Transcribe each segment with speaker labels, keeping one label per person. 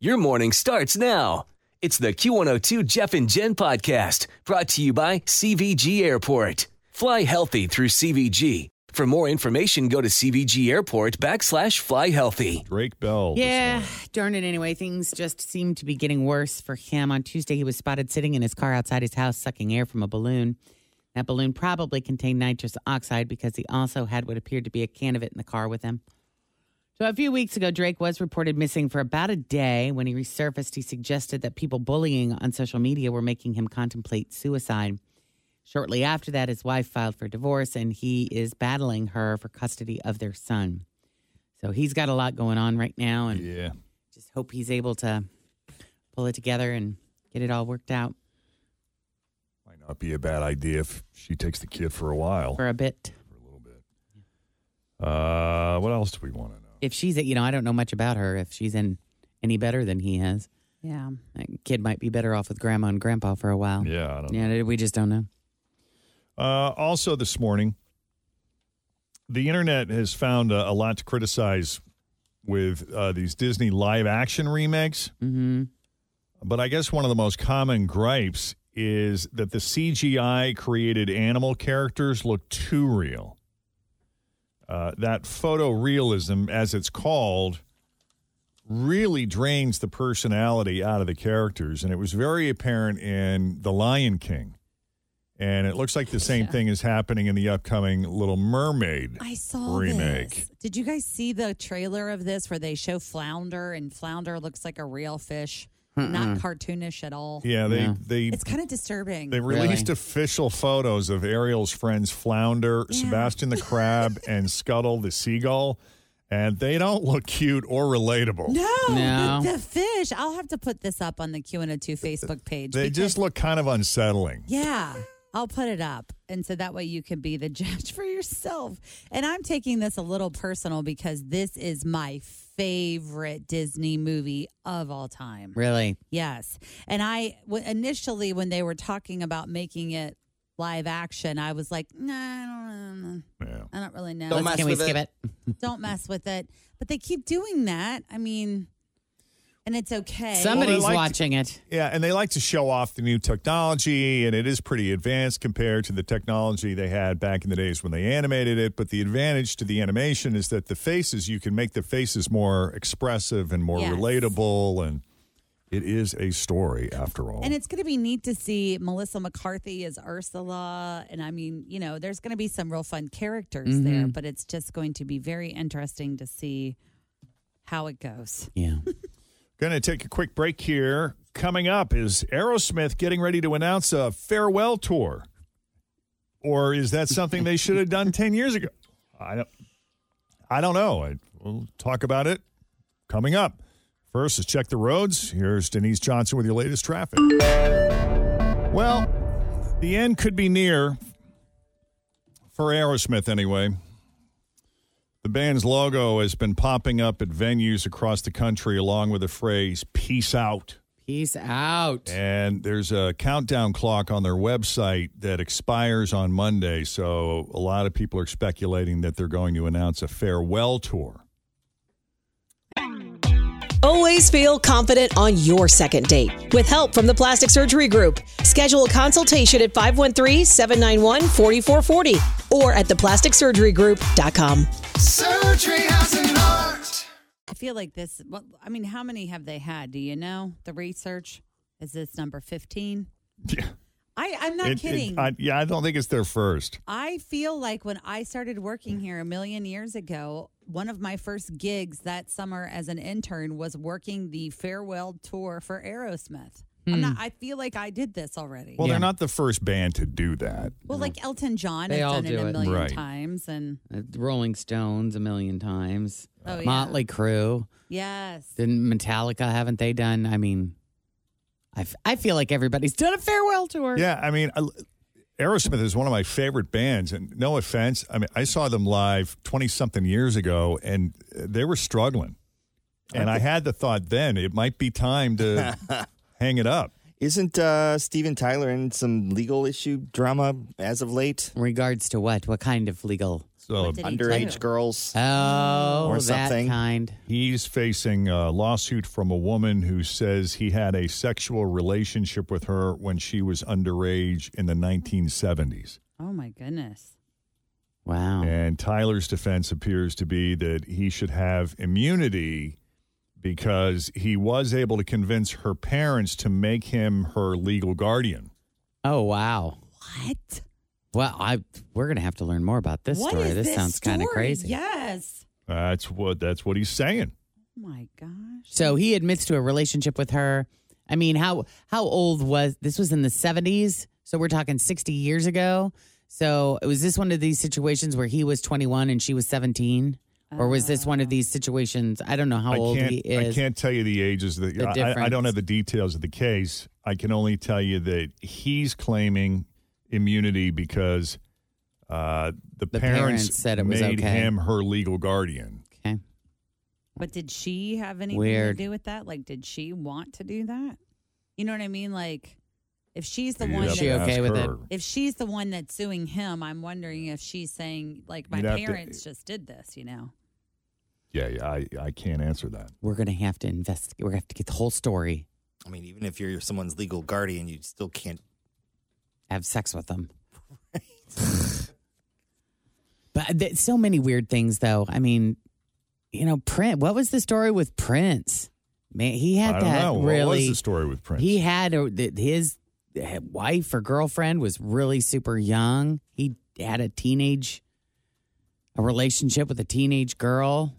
Speaker 1: Your morning starts now. It's the Q102 Jeff and Jen podcast brought to you by CVG Airport. Fly healthy through CVG. For more information, go to CVG Airport backslash fly healthy.
Speaker 2: Drake Bell. this
Speaker 3: Yeah,
Speaker 2: morning.
Speaker 3: darn it. Anyway, things just seem to be getting worse for him. On Tuesday, he was spotted sitting in his car outside his house, sucking air from a balloon. That balloon probably contained nitrous oxide because he also had what appeared to be a can of it in the car with him. So, a few weeks ago, Drake was reported missing for about a day. When he resurfaced, he suggested that people bullying on social media were making him contemplate suicide. Shortly after that, his wife filed for divorce and he is battling her for custody of their son. So, he's got a lot going on right now. And
Speaker 2: Yeah.
Speaker 3: just hope he's able to pull it together and get it all worked out
Speaker 2: Might not be a bad idea if she takes the kid for a while.
Speaker 3: for a bit.
Speaker 2: Uh, what else do we want to know?
Speaker 3: If she's, you know, I don't know much about her. If she's in any better than he is,
Speaker 4: Yeah.
Speaker 3: that kid might be better off with grandma and grandpa for a while.
Speaker 2: Yeah, I don't know.
Speaker 3: Yeah, we just don't know.
Speaker 2: Uh, also, this morning, the internet has found uh, a lot to criticize with uh, these Disney live action remakes.
Speaker 3: Mm-hmm.
Speaker 2: But I guess one of the most common gripes is that the CGI created animal characters look too real. Uh, that photorealism, as it's called, really drains the personality out of the characters. And it was very apparent in The Lion King. And it looks like the same thing is happening in the upcoming Little Mermaid.
Speaker 4: I saw
Speaker 2: Remake.
Speaker 4: this. Did you guys see the trailer of this where they show flounder and flounder looks like a real fish, not cartoonish at all?
Speaker 2: Yeah, they,
Speaker 3: Yeah.
Speaker 2: they
Speaker 4: It's kind of disturbing.
Speaker 2: They
Speaker 3: Really?
Speaker 2: released official photos of Ariel's friends Flounder, Sebastian the Crab, and Scuttle the Seagull, and they don't look cute or relatable.
Speaker 4: no,
Speaker 3: No.
Speaker 4: The, the fish. I'll have to put this up on the Q and A two Facebook page.
Speaker 2: They
Speaker 4: because-
Speaker 2: just look kind of unsettling.
Speaker 4: yeah. I'll put it up, and so that way you can be the judge for yourself. And I'm taking this a little personal because this is my favorite Disney movie of all time.
Speaker 3: Really?
Speaker 4: Yes. And I w- initially, when they were talking about making it live action, I was like, nah, I don't,
Speaker 2: Yeah.
Speaker 4: I don't really know.
Speaker 5: Don't mess
Speaker 3: Can we
Speaker 5: with
Speaker 3: skip
Speaker 5: it.
Speaker 3: it?
Speaker 4: Don't mess with it. But they keep doing that. I mean, and it's okay.
Speaker 3: Somebody's
Speaker 2: like to-
Speaker 3: watching it.
Speaker 2: Yeah, and they like to show off the new technology, and it is pretty advanced compared to the technology they had back in the days when they animated it. But the advantage to the animation is that the faces, you can make the faces more expressive and more
Speaker 4: Yes.
Speaker 2: relatable, and it is a story after all.
Speaker 4: And it's going to be neat to see Melissa McCarthy as Ursula. And I mean, you know, there's going to be some real fun characters there,
Speaker 5: Mm-hmm.
Speaker 4: but it's just going to be very interesting to see how it goes.
Speaker 3: Yeah.
Speaker 2: Going to take a quick break here. Coming up is Aerosmith getting ready to announce a farewell tour. Or is that something they should have done 10 years ago? I don't I don't know. I, we'll talk about it coming up. First, let's check the roads. Here's Denise Johnson with your latest traffic. Well, the end could be near for Aerosmith anyway. The band's logo has been popping up at venues across the country along with the phrase peace out.
Speaker 3: Peace out.
Speaker 2: And there's a countdown clock on their website that expires on Monday. So a lot of people are speculating that they're going to announce a farewell tour.
Speaker 6: Always feel confident on your second date. With help from the Plastic Surgery Group, schedule a consultation at 513-791-4440 or at theplasticsurgerygroup.com.
Speaker 5: Surgery has an art.
Speaker 4: feel like this. Well, I mean, how many have they had? Do you know the research? Is this number fifteen?
Speaker 2: Yeah.
Speaker 4: I I'm not
Speaker 2: It- it-
Speaker 4: kidding.
Speaker 2: I, yeah, I don't think it's their first.
Speaker 4: I feel like when I started working here a million years ago, one of my first gigs that summer as an intern was working the farewell tour for Aerosmith. I'm not, I feel like I did this already.
Speaker 2: Well,
Speaker 4: Hmm. Well,
Speaker 2: they're not the first band to do that.
Speaker 4: like Elton John
Speaker 3: They
Speaker 4: has
Speaker 3: all
Speaker 4: done it
Speaker 3: do
Speaker 4: a
Speaker 3: it.
Speaker 4: million
Speaker 2: Right.
Speaker 4: times, and
Speaker 3: Uh, Rolling Stones a million times.
Speaker 4: Oh, yeah.
Speaker 3: Motley Crue.
Speaker 4: yes,
Speaker 3: Didn't Metallica? Haven't they done? I mean, I, f- I feel like everybody's done a farewell tour.
Speaker 2: Yeah, I mean, I, Aerosmith is one of my favorite bands, and no offense, I mean, I saw them live twenty something years ago, and uh, they were struggling, and I had the thought then it might be time to hang it up.
Speaker 5: Isn't uh, Steven Tyler in some legal issue drama as of late?
Speaker 3: In regards to what? What kind of legal?
Speaker 2: So
Speaker 4: What did he do?
Speaker 5: Underage girls.
Speaker 4: Uh,
Speaker 3: Oh,
Speaker 5: Or
Speaker 3: that
Speaker 5: something.
Speaker 3: kind.
Speaker 2: he's facing a lawsuit from a woman who says he had a sexual relationship with her when she was underage in the nineteen seventies.
Speaker 4: Oh my goodness.
Speaker 3: Wow.
Speaker 2: And Tyler's defense appears to be that he should have immunity because he was able to convince her parents to make him her legal guardian.
Speaker 3: Oh, wow.
Speaker 4: What?
Speaker 3: Well, I we're gonna have to learn more about this
Speaker 4: What
Speaker 3: story.
Speaker 4: is
Speaker 3: This, sounds kind of
Speaker 4: story?
Speaker 3: crazy.
Speaker 4: Yes.
Speaker 2: That's what that's what he's saying.
Speaker 4: Oh my gosh.
Speaker 3: So he admits to a relationship with her. I mean, how how old was this? Was in the seventies, so we're talking sixty years ago. So was this one of these situations where he was twenty one and she was seventeen, or was this one of these situations? I don't know how
Speaker 2: I
Speaker 3: old
Speaker 2: can't
Speaker 3: he is.
Speaker 2: I can't tell you the ages of the,
Speaker 3: The
Speaker 2: I- I, I don't
Speaker 3: difference.
Speaker 2: have the details of the case. I can only tell you that he's claiming immunity because uh, the,
Speaker 3: The parents said it was
Speaker 2: made
Speaker 3: okay.
Speaker 2: him her legal guardian.
Speaker 3: Okay.
Speaker 4: But did she have anything
Speaker 3: Weird.
Speaker 4: to do with that? Like, did she want to do that? You know what I mean? Like, if she's the
Speaker 2: You'd
Speaker 4: one
Speaker 2: have
Speaker 4: that
Speaker 3: She
Speaker 2: to
Speaker 3: okay
Speaker 2: ask
Speaker 3: with it?
Speaker 2: her.
Speaker 4: if she's the one that's suing him, I'm wondering if she's saying like my
Speaker 2: You'd have to-
Speaker 4: parents just did this, you know.
Speaker 2: Yeah, yeah, I, I can't answer that.
Speaker 3: We're gonna have to investigate. We're gonna have to get the whole story.
Speaker 5: I mean, even if you're someone's legal guardian, you still can't.
Speaker 3: Have sex with them. but th- so many weird things, though. I mean, you know, Prince. What was the story with Prince? Man, he had
Speaker 2: I don't
Speaker 3: that
Speaker 2: know.
Speaker 3: really.
Speaker 2: What was the story with Prince?
Speaker 3: He had a, th- his eh, wife or girlfriend was really super young. He had a teenage a relationship with a teenage girl.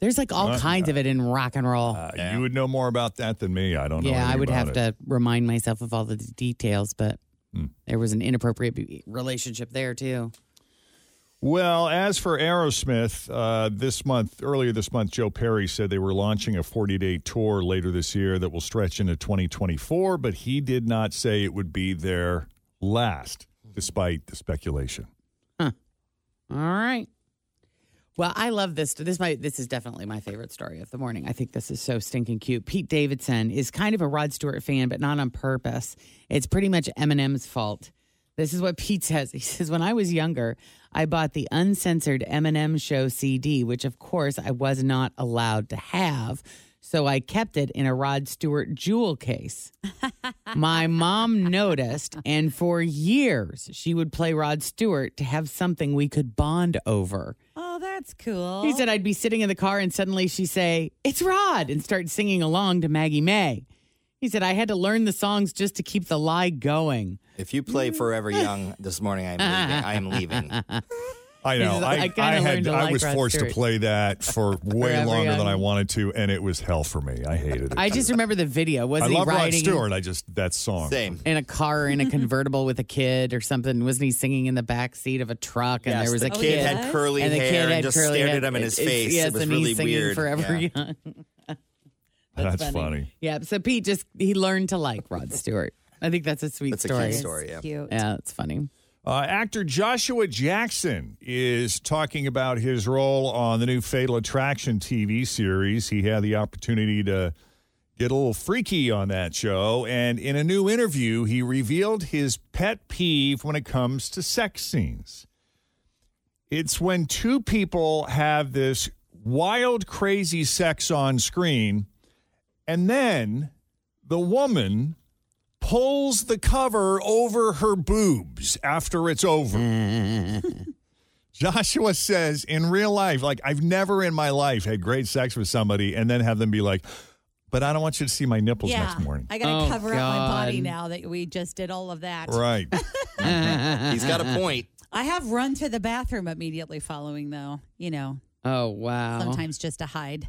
Speaker 3: There's like all
Speaker 2: Uh,
Speaker 3: kinds of it in rock and roll.
Speaker 2: Uh, You would know more about that than me. I don't know.
Speaker 3: Oh, yeah, I
Speaker 2: anything
Speaker 3: would
Speaker 2: about
Speaker 3: have to
Speaker 2: it.
Speaker 3: remind myself of all the d- details, but
Speaker 2: Hmm.
Speaker 3: there was an inappropriate be- relationship there too.
Speaker 2: Well, as for Aerosmith, uh, this month, earlier this month, Joe Perry said they were launching a 40 day tour later this year that will stretch into 2024, but he did not say it would be their last, despite the speculation.
Speaker 3: All right. Well, I love this. This my this is definitely my favorite story of the morning. I think this is so stinking cute. Pete Davidson is kind of a Rod Stewart fan, but not on purpose. It's pretty much Eminem's fault. This is what Pete says. He says, "When I was younger, I bought the uncensored Eminem show CD, which of course I was not allowed to have, so I kept it in a Rod Stewart jewel case." My mom noticed, and for years she would play Rod Stewart to have something we could bond over.
Speaker 4: Oh, that's cool.
Speaker 3: He said, I'd be sitting in the car, and suddenly she'd say, It's Rod, and start singing along to Maggie May. He said, I had to learn the songs just to keep the lie going.
Speaker 5: If you
Speaker 4: Mm.
Speaker 5: play Forever Young this morning, I'm leaving. I am leaving.
Speaker 2: I know.
Speaker 3: This is-
Speaker 2: I,
Speaker 3: I
Speaker 2: I,
Speaker 3: kinda learned
Speaker 2: had,
Speaker 3: to
Speaker 2: I
Speaker 3: like
Speaker 2: was
Speaker 3: Rod
Speaker 2: forced
Speaker 3: Stewart.
Speaker 2: to play that for way
Speaker 3: Forever
Speaker 2: longer than
Speaker 3: Young.
Speaker 2: I wanted to, and it was hell for me. I hated it.
Speaker 3: I just
Speaker 2: too.
Speaker 3: remember the video.
Speaker 2: I
Speaker 3: Wasn't
Speaker 2: love
Speaker 3: he
Speaker 2: Rod
Speaker 3: riding in-
Speaker 2: Stewart. I just, that song.
Speaker 5: Same.
Speaker 3: in a car in a convertible with a kid or something? Wasn't he singing in the back seat of a truck? And
Speaker 5: Yes,
Speaker 3: there was
Speaker 5: the
Speaker 3: a
Speaker 5: kid,
Speaker 3: kid.
Speaker 5: had curly
Speaker 3: and the
Speaker 5: hair
Speaker 3: kid
Speaker 5: and
Speaker 3: had
Speaker 5: just
Speaker 3: curly
Speaker 5: stared
Speaker 3: hair.
Speaker 5: at him in his
Speaker 3: It's-
Speaker 5: face.
Speaker 3: Yes,
Speaker 5: it was
Speaker 3: and
Speaker 5: really
Speaker 3: he's singing
Speaker 5: weird.
Speaker 3: Forever
Speaker 5: Yeah.
Speaker 3: Young.
Speaker 2: That's, funny.
Speaker 3: Yeah. So Pete just he learned to like Rod Stewart. I think that's a sweet
Speaker 5: That's a
Speaker 3: story.
Speaker 5: cute story. Yeah.
Speaker 4: cute.
Speaker 3: Yeah, it's funny.
Speaker 2: Uh, actor Joshua Jackson is talking about his role on the new Fatal Attraction TV series. He had the opportunity to get a little freaky on that show. And in a new interview, he revealed his pet peeve when it comes to sex scenes. It's when two people have this wild, crazy sex on screen, and then the woman pulls the cover over her boobs after it's over. Joshua says in real life, like I've never in my life had great sex with somebody and then have them be like, but I don't want you to see my nipples
Speaker 4: yeah,
Speaker 2: next morning.
Speaker 4: I gotta
Speaker 3: Oh,
Speaker 4: cover up my body
Speaker 3: God.
Speaker 4: now that we just did all of that.
Speaker 2: right.
Speaker 5: He's got a point.
Speaker 4: I have run to the bathroom immediately following, though. You know,
Speaker 3: Oh wow.
Speaker 4: sometimes just to hide.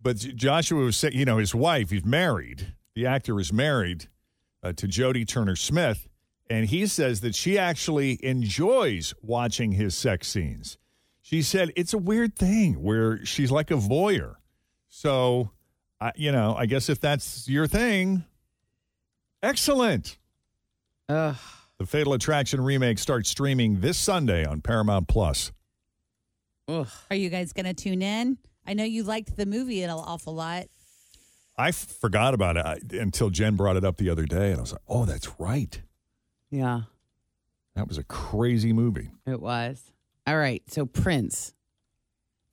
Speaker 2: But J- Joshua was saying, you know, his wife, he's married. The actor is married uh, to Jodie Turner Smith. And he says that she actually enjoys watching his sex scenes. She said it's a weird thing where she's like a voyeur. So, I, you know, I guess if that's your thing, excellent.
Speaker 3: Ugh.
Speaker 2: The Fatal Attraction remake starts streaming this Sunday on Paramount Plus.
Speaker 3: Ugh.
Speaker 4: Are you guys gonna tune in? I know you liked the movie an awful lot.
Speaker 2: I f- forgot about it I, until Jen brought it up the other day, and I was like, "Oh, that's right.
Speaker 3: Yeah.
Speaker 2: That was a crazy movie."
Speaker 3: It was. All right. So Prince.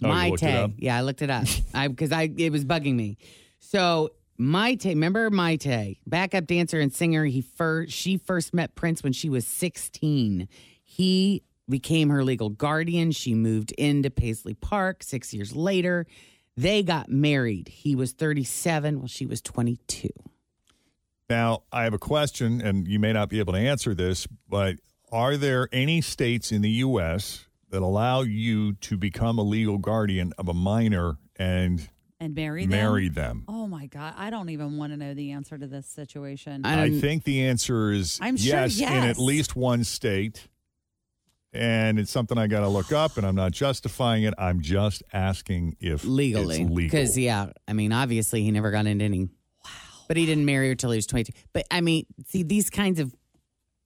Speaker 2: Oh, you
Speaker 3: my
Speaker 2: looked it
Speaker 3: Tay.
Speaker 2: up?
Speaker 3: Yeah, I looked it up. I because I it was bugging me. So my Tay, remember my Tay, backup dancer and singer. He first she first met Prince when she was 16. He became her legal guardian. She moved into Paisley Park six years later. They got married. He was 37. Well, she was 22.
Speaker 2: Now, I have a question, and you may not be able to answer this, but are there any states in the U.S. that allow you to become a legal guardian of a minor and
Speaker 4: And marry them.
Speaker 2: marry them?
Speaker 4: Oh my god, I don't even want to know the answer to this situation.
Speaker 3: I
Speaker 2: I,
Speaker 3: don't-
Speaker 2: think the answer is
Speaker 4: I'm sure
Speaker 2: yes, in
Speaker 4: yes.
Speaker 2: at least one state. And it's something I got to look up, and I'm not justifying it. I'm just asking if
Speaker 3: legally
Speaker 2: it's legal.
Speaker 3: because yeah i mean obviously he never got into any but he didn't marry her till he was 22 but i mean see these kinds of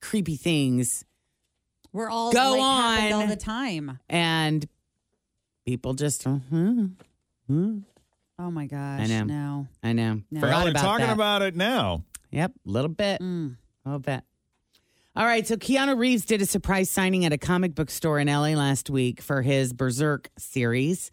Speaker 3: creepy things
Speaker 4: We're all
Speaker 3: Go
Speaker 4: like, happened
Speaker 3: on.
Speaker 4: all the time.
Speaker 3: and people just mhm, mhm.
Speaker 4: Oh my gosh,
Speaker 3: know.
Speaker 4: no.
Speaker 3: i know
Speaker 4: No.
Speaker 2: Well,
Speaker 3: forgot
Speaker 2: they're
Speaker 3: about
Speaker 2: talking
Speaker 3: that
Speaker 2: about it now.
Speaker 3: yep a little bit
Speaker 4: Mm.
Speaker 3: a little bit all right so keanu reeves did a surprise signing at a comic book store in la last week for his berserk series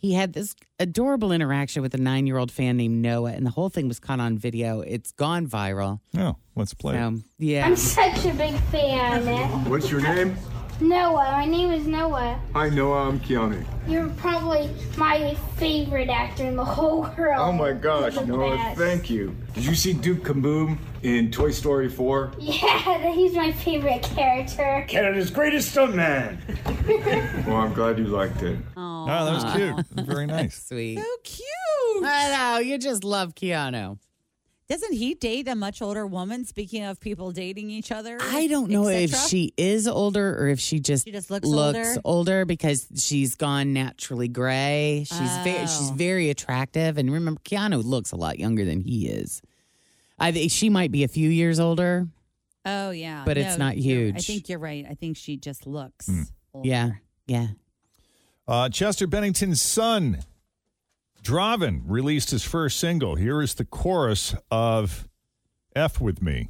Speaker 3: he had this adorable interaction with a nine-year-old fan named noah and the whole thing was caught on video it's gone viral
Speaker 2: No, Oh, let's play. it.
Speaker 3: Um, yeah.
Speaker 7: I'm such a big fan. eh?
Speaker 8: What's your name?
Speaker 7: Noah, my name is Noah.
Speaker 8: Hi, Noah. I'm Keanu.
Speaker 7: You're probably my favorite actor in the whole world.
Speaker 8: Oh my gosh,
Speaker 7: You're the
Speaker 8: Noah,
Speaker 7: best.
Speaker 8: thank you. Did you see Duke Kaboom in Toy Story 4?
Speaker 7: Yeah, he's my favorite character.
Speaker 9: Canada's greatest stuntman.
Speaker 8: Well, I'm glad you liked it.
Speaker 2: Oh, that was cute. Very nice.
Speaker 3: Sweet.
Speaker 4: So cute.
Speaker 3: I know. You just love Keanu.
Speaker 4: Doesn't he date a much older woman? Speaking of people dating each other,
Speaker 3: I don't know
Speaker 4: et
Speaker 3: if
Speaker 4: cetera?
Speaker 3: she is older or if she just,
Speaker 4: She just looks older?
Speaker 3: older because she's gone naturally gray. She's very she's
Speaker 4: Oh.
Speaker 3: very attractive, and remember, Keanu looks a lot younger than he is. I think she might be a few years older.
Speaker 4: Oh yeah,
Speaker 3: But it's not
Speaker 4: you're- I
Speaker 3: huge. Hmm.
Speaker 4: think you're right. I think she just looks. older.
Speaker 3: Yeah, yeah.
Speaker 2: Uh, Chester Bennington's son, Draven, released his first single. Here is the chorus of F with Me.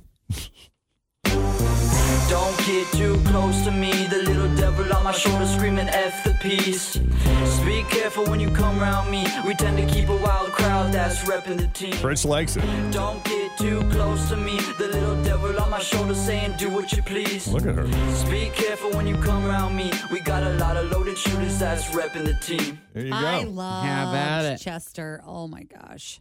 Speaker 9: Don't get too close to me. The little devil on my shoulder screaming F the peace. Just be careful when you come round me. We tend to keep a wild crowd that's repping the team.
Speaker 2: Fritz likes it.
Speaker 9: Don't get too close to me. The little devil on my shoulder saying do what you please.
Speaker 2: Look at her.
Speaker 9: Just be careful when you come round me. We got a lot of loaded shooters that's repping the team.
Speaker 2: There you
Speaker 4: I
Speaker 2: go.
Speaker 4: love
Speaker 3: How about it?
Speaker 4: Chester. Oh my gosh.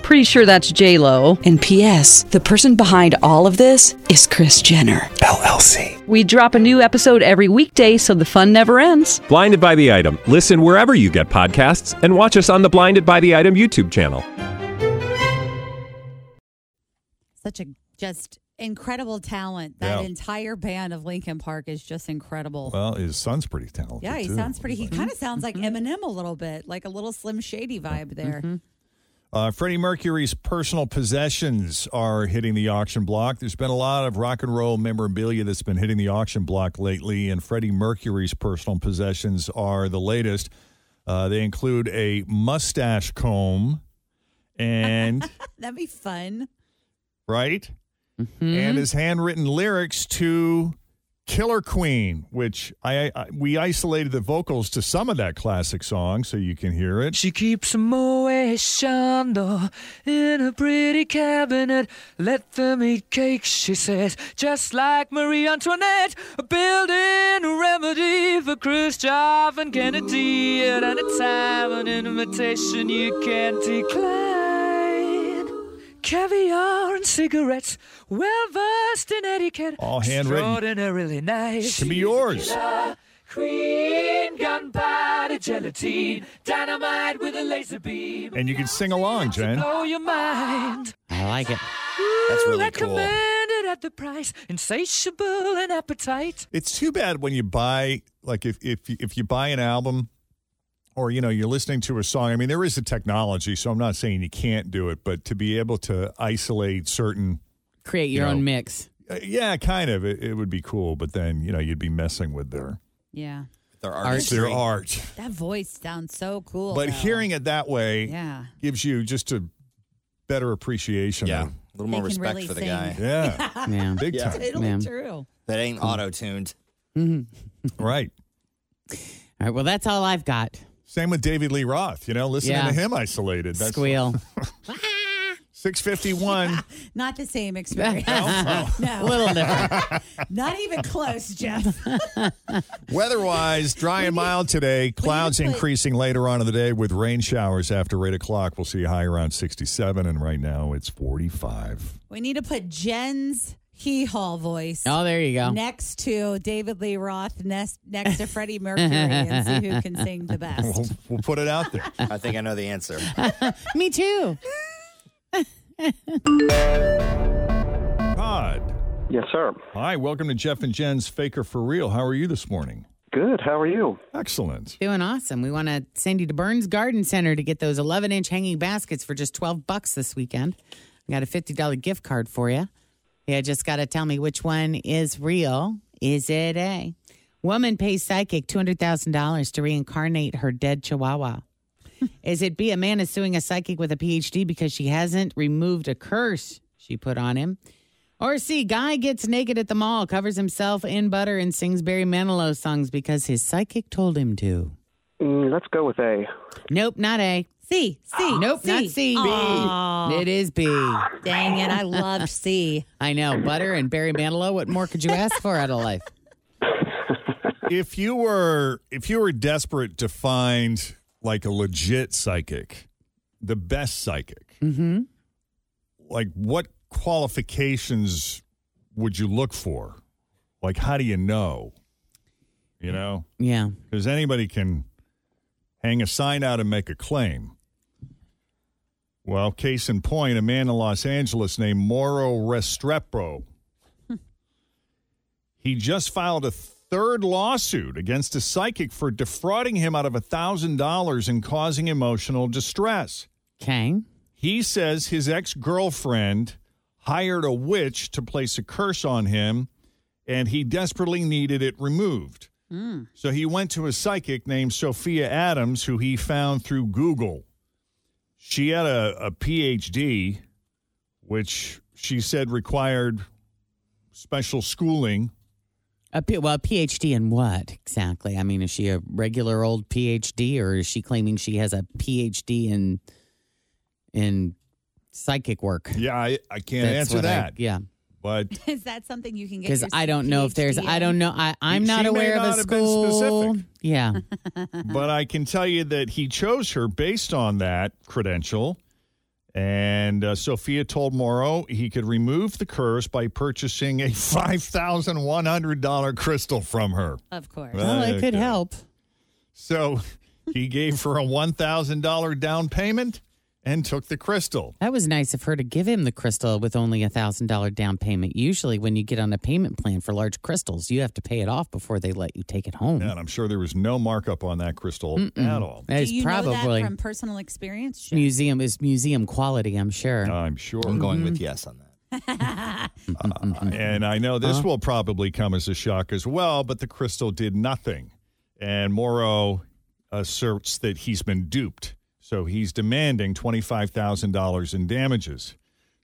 Speaker 10: Pretty sure that's J Lo.
Speaker 6: And P.S. The person behind all of this is Chris Jenner.
Speaker 11: LLC.
Speaker 10: We drop a new episode every weekday, so the fun never ends.
Speaker 11: Blinded by the item. Listen wherever you get podcasts, and watch us on the Blinded by the Item YouTube channel.
Speaker 4: Such a just incredible talent. That
Speaker 2: Yeah.
Speaker 4: entire band of Lincoln Park is just incredible.
Speaker 2: Well, his son's pretty talented.
Speaker 4: yeah, he
Speaker 2: too.
Speaker 4: sounds pretty. He
Speaker 2: Looks like.
Speaker 4: kind of sounds like
Speaker 3: mm-hmm.
Speaker 4: Eminem a little bit, like a little Slim Shady vibe there.
Speaker 2: Uh, Freddie Mercury's personal possessions are hitting the auction block. There's been a lot of rock and roll memorabilia that's been hitting the auction block lately, and Freddie Mercury's personal possessions are the latest. Uh, they include a mustache comb and,
Speaker 4: That'd be fun.
Speaker 2: right? And his handwritten lyrics to Killer Queen, which I, I we isolated the vocals to some of that classic song, so you can hear it.
Speaker 12: She keeps a Moet Chandon in a pretty cabinet. Let them eat cake, she says, just like Marie Antoinette. Building a remedy for Khrushchev and Kennedy at any time, an invitation you can't decline. Caviar and cigarettes, well versed in etiquette.
Speaker 2: All handwritten.
Speaker 12: Extraordinarily nice.
Speaker 2: Should be yours.
Speaker 12: Queen, gunpowder, gelatine, dynamite with a laser beam.
Speaker 2: And you can sing along, Jen.
Speaker 12: Blow your mind.
Speaker 3: I like it.
Speaker 12: That's Recommended at the price, insatiable in appetite.
Speaker 2: It's too bad when you buy like if if you- if you buy an album or you know you're listening to a song. I mean, there is the technology, so I'm not saying you can't do it, but to be able to isolate certain
Speaker 3: Create your
Speaker 2: You know,
Speaker 3: own mix.
Speaker 2: uh, yeah, kind of it, it would be cool, but then you know you'd be messing with their
Speaker 4: Yeah.
Speaker 5: Their
Speaker 2: their art.
Speaker 4: That voice sounds so cool.
Speaker 2: But
Speaker 4: though.
Speaker 2: hearing it that way
Speaker 4: Yeah.
Speaker 2: gives you just a better appreciation.
Speaker 5: Yeah.
Speaker 2: of-
Speaker 5: A little
Speaker 4: They
Speaker 5: more
Speaker 4: can
Speaker 5: respect
Speaker 4: really
Speaker 5: for the
Speaker 4: sing.
Speaker 5: guy.
Speaker 2: Yeah.
Speaker 3: Yeah.
Speaker 2: Big
Speaker 5: Yeah.
Speaker 2: time.
Speaker 4: Totally
Speaker 3: Yeah.
Speaker 4: true.
Speaker 5: That ain't auto tuned.
Speaker 2: Right.
Speaker 3: All right. Well, that's all I've got.
Speaker 2: Same with David Lee Roth, you know, listening
Speaker 3: Yeah.
Speaker 2: to him isolated. That's
Speaker 3: Squeal.
Speaker 2: 651.
Speaker 4: Not the same experience.
Speaker 3: A
Speaker 4: no.
Speaker 3: little different.
Speaker 4: Not even close, Jeff.
Speaker 2: Weather-wise, dry and mild today. Clouds increasing later on in the day with rain showers after 8 o'clock. We'll see a high around 67, and right now it's 45.
Speaker 4: We need to put Jen's hee haw voice
Speaker 3: Oh, there you go.
Speaker 4: next to David Lee Roth, next, next to Freddie Mercury, and see who can sing the best.
Speaker 2: We'll, we'll put it out there.
Speaker 5: I think I know the answer.
Speaker 3: Me too.
Speaker 2: Todd.
Speaker 13: Yes, sir.
Speaker 2: Hi, welcome to Jeff and Jen's Faker for Real. How are you this morning?
Speaker 13: Good. How are you?
Speaker 2: Excellent.
Speaker 3: Doing awesome. We want to send you to Burns Garden Center to get those 11 inch hanging baskets for just 12 bucks this weekend. I got a $50 gift card for you. Yeah, just got to tell me which one is real. Is it A? Woman pays psychic $200,000 to reincarnate her dead chihuahua. is it B? A man is suing a psychic with a PhD because she hasn't removed a curse she put on him. Or C, guy gets naked at the mall, covers himself in butter, and sings Barry Manilow songs because his psychic told him to.
Speaker 13: Mm, let's go with A.
Speaker 3: Nope, not A.
Speaker 4: C, C.
Speaker 3: Nope,
Speaker 4: C.
Speaker 3: not C.
Speaker 4: Aw.
Speaker 3: It is B.
Speaker 4: Dang it. I loved C.
Speaker 3: I know. Butter and Barry Manilow. What more could you ask for out of life?
Speaker 2: if you were if you were desperate to find like a legit psychic, the best psychic,
Speaker 3: Mm-hmm.
Speaker 2: like what qualifications would you look for? Like how do you know? You know,
Speaker 3: Yeah.
Speaker 2: because anybody can hang a sign out and make a claim. Well, case in point, a man in Los Angeles named Moro Restrepo. he just filed a third lawsuit against a psychic for defrauding him out of $1,000 and causing emotional distress.
Speaker 3: Okay.
Speaker 2: He says his ex girlfriend hired a witch to place a curse on him, and he desperately needed it removed. So he went to a psychic named Sophia Adams, who he found through Google. She had a, a PhD, which she said required special schooling.
Speaker 3: A P- well, a PhD in what exactly? I mean, is she a regular old PhD, or is she claiming she has a PhD in in psychic work?
Speaker 2: Yeah, I, I can't
Speaker 3: That's
Speaker 2: answer
Speaker 3: what I-
Speaker 2: that.
Speaker 3: yeah,
Speaker 2: But
Speaker 4: Is that something you can get?
Speaker 3: because
Speaker 4: your
Speaker 3: I don't know if there's.
Speaker 4: PhD
Speaker 3: I don't know. I, I'm
Speaker 2: She
Speaker 3: not
Speaker 2: may
Speaker 3: aware
Speaker 2: not
Speaker 3: of a
Speaker 2: have been
Speaker 3: school.
Speaker 2: specific.
Speaker 3: Yeah.
Speaker 5: Uh-huh.
Speaker 2: but I can tell you that he chose her based on that credential. And uh, Sophia told Morrow he could remove the curse by purchasing a $5,100 crystal from her.
Speaker 4: in? Of course.
Speaker 2: Well,
Speaker 3: Well, it could
Speaker 2: okay.
Speaker 3: help.
Speaker 2: So he gave her a $1,000 down payment and took the crystal.
Speaker 3: That was nice of her to give him the crystal with only a thousand dollar down payment. Usually, when you get on a payment plan for large crystals, you have to pay it off before they let you take it
Speaker 5: Hmm.
Speaker 3: home.
Speaker 2: And I'm sure there was no markup on that crystal at all.
Speaker 3: That is
Speaker 4: Do you know
Speaker 3: probably
Speaker 4: that from personal experience? Jen?
Speaker 3: museum is museum quality. I'm sure.
Speaker 2: I'm sure.
Speaker 5: I'm going
Speaker 4: Mm-hmm.
Speaker 5: with yes on that.
Speaker 2: And I know this will probably come as a shock as well, but the crystal did nothing. And Morrow asserts that he's been duped. So he's demanding $25,000 in damages.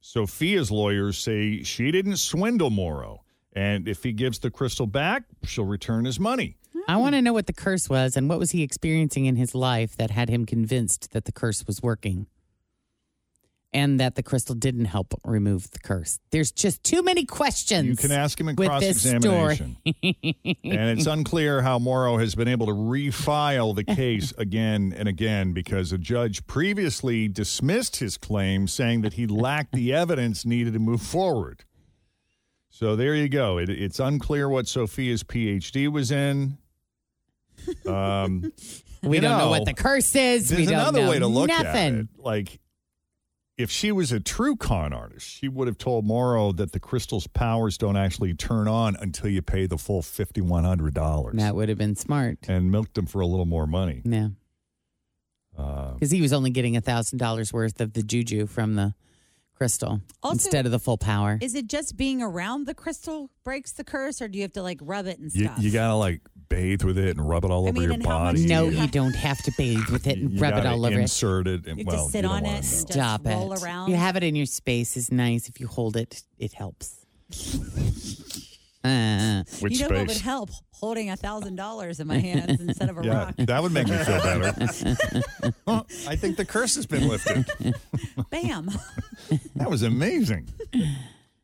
Speaker 2: Sophia's lawyers say she didn't swindle Morrow And if he gives the crystal back, she'll return his money.
Speaker 3: I want to know what the curse was and what was he experiencing in his life that had him convinced that the curse was working and that the crystal didn't help remove the curse. There's just too many questions.
Speaker 2: You can ask him in
Speaker 3: with this
Speaker 2: cross-examination.
Speaker 3: story.
Speaker 2: and it's unclear how Morrow has been able to refile the case again and again because a judge previously dismissed his claim, saying that he lacked the evidence needed to move forward. So there you go. It, it's unclear what Sophia's PhD was in. Um,
Speaker 3: we
Speaker 2: you
Speaker 3: don't know, what the curse is.
Speaker 2: There's
Speaker 3: we don't
Speaker 2: another
Speaker 3: know
Speaker 2: way to look
Speaker 3: nothing.
Speaker 2: at it. Like, if she was a true con artist, she would have told Morrow that the crystal's powers don't actually turn on until you pay the full fifty-one hundred dollars.
Speaker 3: That would have been smart.
Speaker 2: And milked him for a little more money.
Speaker 3: Yeah.
Speaker 2: Uh,
Speaker 3: Because he was only getting $1,000 worth of the juju from the crystal
Speaker 4: Also-
Speaker 3: instead of the full power.
Speaker 4: Is it just being around the crystal breaks the curse, or do you have to like rub it and
Speaker 2: you,
Speaker 4: stuff?
Speaker 2: you gotta like bathe with it and rub it all
Speaker 4: I
Speaker 2: over
Speaker 4: mean,
Speaker 2: your
Speaker 4: and how much
Speaker 2: body.
Speaker 4: do
Speaker 3: no,
Speaker 4: you
Speaker 3: you
Speaker 4: have-
Speaker 3: don't have to bathe with it and
Speaker 2: You
Speaker 3: rub it
Speaker 2: gotta
Speaker 3: all over it.
Speaker 2: Insert it. And,
Speaker 4: You
Speaker 2: well,
Speaker 4: just sit
Speaker 2: you don't
Speaker 4: on
Speaker 2: wanna
Speaker 4: it
Speaker 2: know.
Speaker 4: and just
Speaker 3: Stop
Speaker 4: roll
Speaker 3: it.
Speaker 4: around.
Speaker 3: You have it in your space is nice. If you hold it, it helps. Uh,
Speaker 4: you know what would help? Holding a thousand dollars in my hands instead of a
Speaker 2: Yeah,
Speaker 4: rock.
Speaker 2: that would make me feel better. Well, I think the curse has been lifted.
Speaker 4: Bam.
Speaker 2: That was amazing.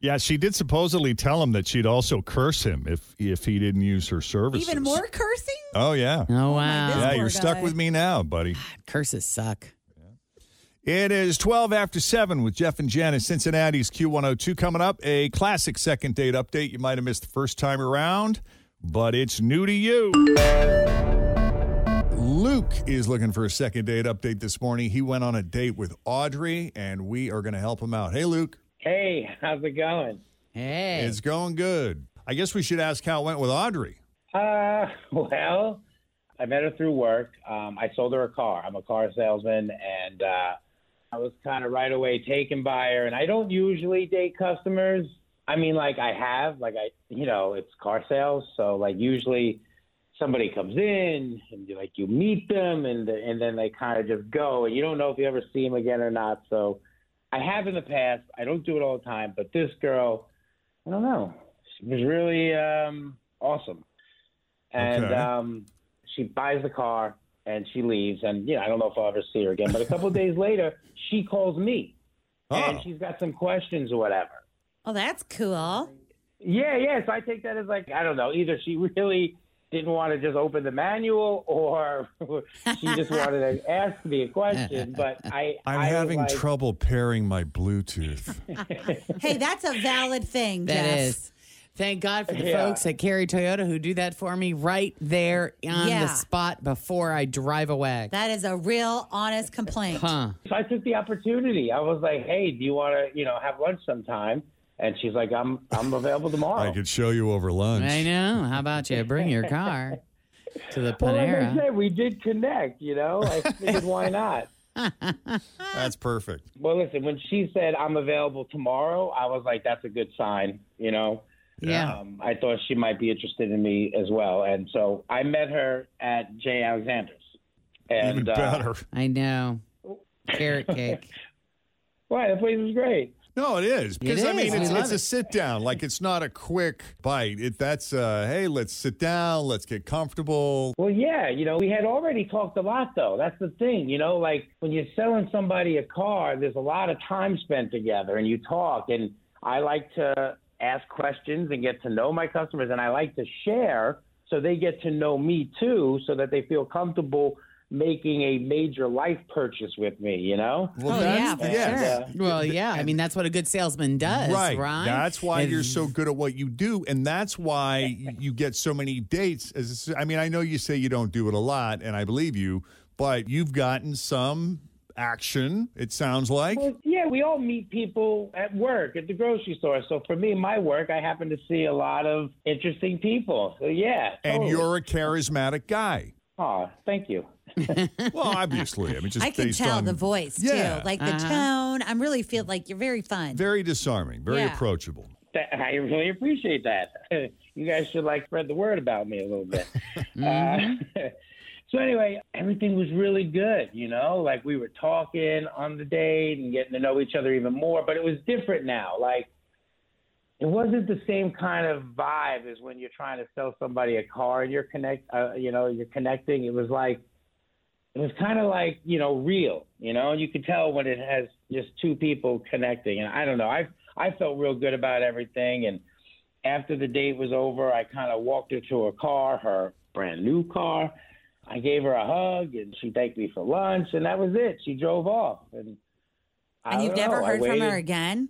Speaker 2: Yeah, she did supposedly tell him that she'd also curse him if if he didn't use her services.
Speaker 4: Even more cursing?
Speaker 2: Oh yeah.
Speaker 3: Oh wow.
Speaker 2: yeah, you're stuck with me now, buddy.
Speaker 3: Curses suck.
Speaker 2: It is 12 after 7 with Jeff and Jen at Cincinnati's Q102. Coming up, a classic second date update you might have missed the first time around, but it's new to you. Luke is looking for a second date update this morning. He went on a date with Audrey, and we are going to help him out. Hey, Luke.
Speaker 14: Hey, how's it going?
Speaker 3: Hey.
Speaker 2: It's going good. I guess we should ask how it went with Audrey.
Speaker 14: Uh, well, I met her through work. Um, I sold her a car. I'm a car salesman, and uh, I was kind of right away taken by her. And I don't usually date customers. I mean, like I have, like I, you know, it's car sales, so like usually somebody comes in and you like you meet them, and the, and then they kind of just go, and you don't know if you ever see them again or not. So I have in the past. I don't do it all the time, but this girl, I don't know, she was really um, awesome. and
Speaker 15: Okay.
Speaker 14: um, she buys the car and she leaves. And you know, I don't know if I'll ever see her again. But a couple of days later, she calls me,
Speaker 2: Oh,
Speaker 14: and she's got some questions or whatever.
Speaker 4: Oh, that's cool.
Speaker 14: Yeah, yeah. So I take that as like I don't know. Either she really didn't want to just open the manual, or she just wanted to ask me a question. But I, I
Speaker 2: I'm
Speaker 14: was
Speaker 2: having
Speaker 14: like,
Speaker 2: trouble pairing my Bluetooth.
Speaker 4: Hey, that's a valid thing,
Speaker 3: That
Speaker 4: Jeff.
Speaker 3: is. Thank God for the
Speaker 4: Yeah.
Speaker 3: folks at Carry Toyota who do that for me right there on
Speaker 4: Yeah.
Speaker 3: the spot before I drive away.
Speaker 4: That is a real honest complaint.
Speaker 3: Huh.
Speaker 14: So I took the opportunity. I was like, "Hey, do you want to, you know, have lunch sometime?" And she's like, "I'm, I'm available tomorrow."
Speaker 2: I could show you over lunch.
Speaker 3: I know. How about you bring your car to the
Speaker 14: Well, like I
Speaker 3: Panera?
Speaker 14: said, we did connect, you know? I figured, why not?
Speaker 2: That's perfect.
Speaker 14: Well, listen, when she said, I'm available tomorrow, I was like, that's a good sign, you know?
Speaker 3: Yeah.
Speaker 14: Um, I thought she might be interested in me as well. And so I met her at Jay Alexander's. And,
Speaker 5: uh,
Speaker 14: uh,
Speaker 3: Even
Speaker 2: better.
Speaker 3: I know. Carrot cake.
Speaker 14: Why? That place is great.
Speaker 2: No, it is because I
Speaker 3: is.
Speaker 2: mean
Speaker 3: I
Speaker 2: it's,
Speaker 3: love
Speaker 2: it's a
Speaker 3: it.
Speaker 2: sit down. Like it's not a quick bite. It, that's uh, hey, let's sit down, let's get comfortable.
Speaker 14: Well, yeah, you know, we had already talked a lot, though. That's the thing, you know, like when you're selling somebody a car, there's a lot of time spent together and you talk. And I like to ask questions and get to know my customers, and I like to share so they get to know me too, so that they feel comfortable making a major life purchase with me, you know?
Speaker 2: Well, that's- yes.
Speaker 3: Well, yeah. I mean, that's what a good salesman does, right?
Speaker 2: That's why
Speaker 3: If-
Speaker 2: you're so good at what you do, and that's why y- you get so many dates. As I mean, I know you say you don't do it a lot, and I believe you, but you've gotten some action. It sounds like.
Speaker 5: Oh,
Speaker 14: Well, yeah, we all meet people at work, at the grocery store. So for me, my work, I happen to see a lot of interesting people. So yeah.
Speaker 5: oh.
Speaker 2: And
Speaker 14: totally.
Speaker 2: you're a charismatic guy.
Speaker 14: Aw, thank you.
Speaker 2: Well, obviously, I mean, just
Speaker 4: I can
Speaker 2: based
Speaker 4: tell
Speaker 2: on-
Speaker 4: the voice
Speaker 2: Yeah.
Speaker 4: too, like the
Speaker 3: Uh-huh.
Speaker 4: tone. I really feel like you're very fun.
Speaker 2: Very disarming, very
Speaker 4: Yeah.
Speaker 2: approachable.
Speaker 14: Th- I really appreciate that. You guys should like spread the word about me a little bit. uh, so anyway, everything was really good. You know, like we were talking on the date and getting to know each other even more. But it was different now. Like it wasn't the same kind of vibe as when you're trying to sell somebody a car and you're connect, uh, you know, you're connecting. It was like, it was kind of like, you know, real, you know, and you could tell when it has just two people connecting. And I don't know, I I felt real good about everything. And after the date was over, I kind of walked her to her car, her brand new car. I gave her a hug and she thanked me for lunch, and that was it. She drove off, and I
Speaker 4: And you've
Speaker 14: don't know,
Speaker 4: never
Speaker 14: I
Speaker 4: heard from her
Speaker 14: waited-
Speaker 4: again?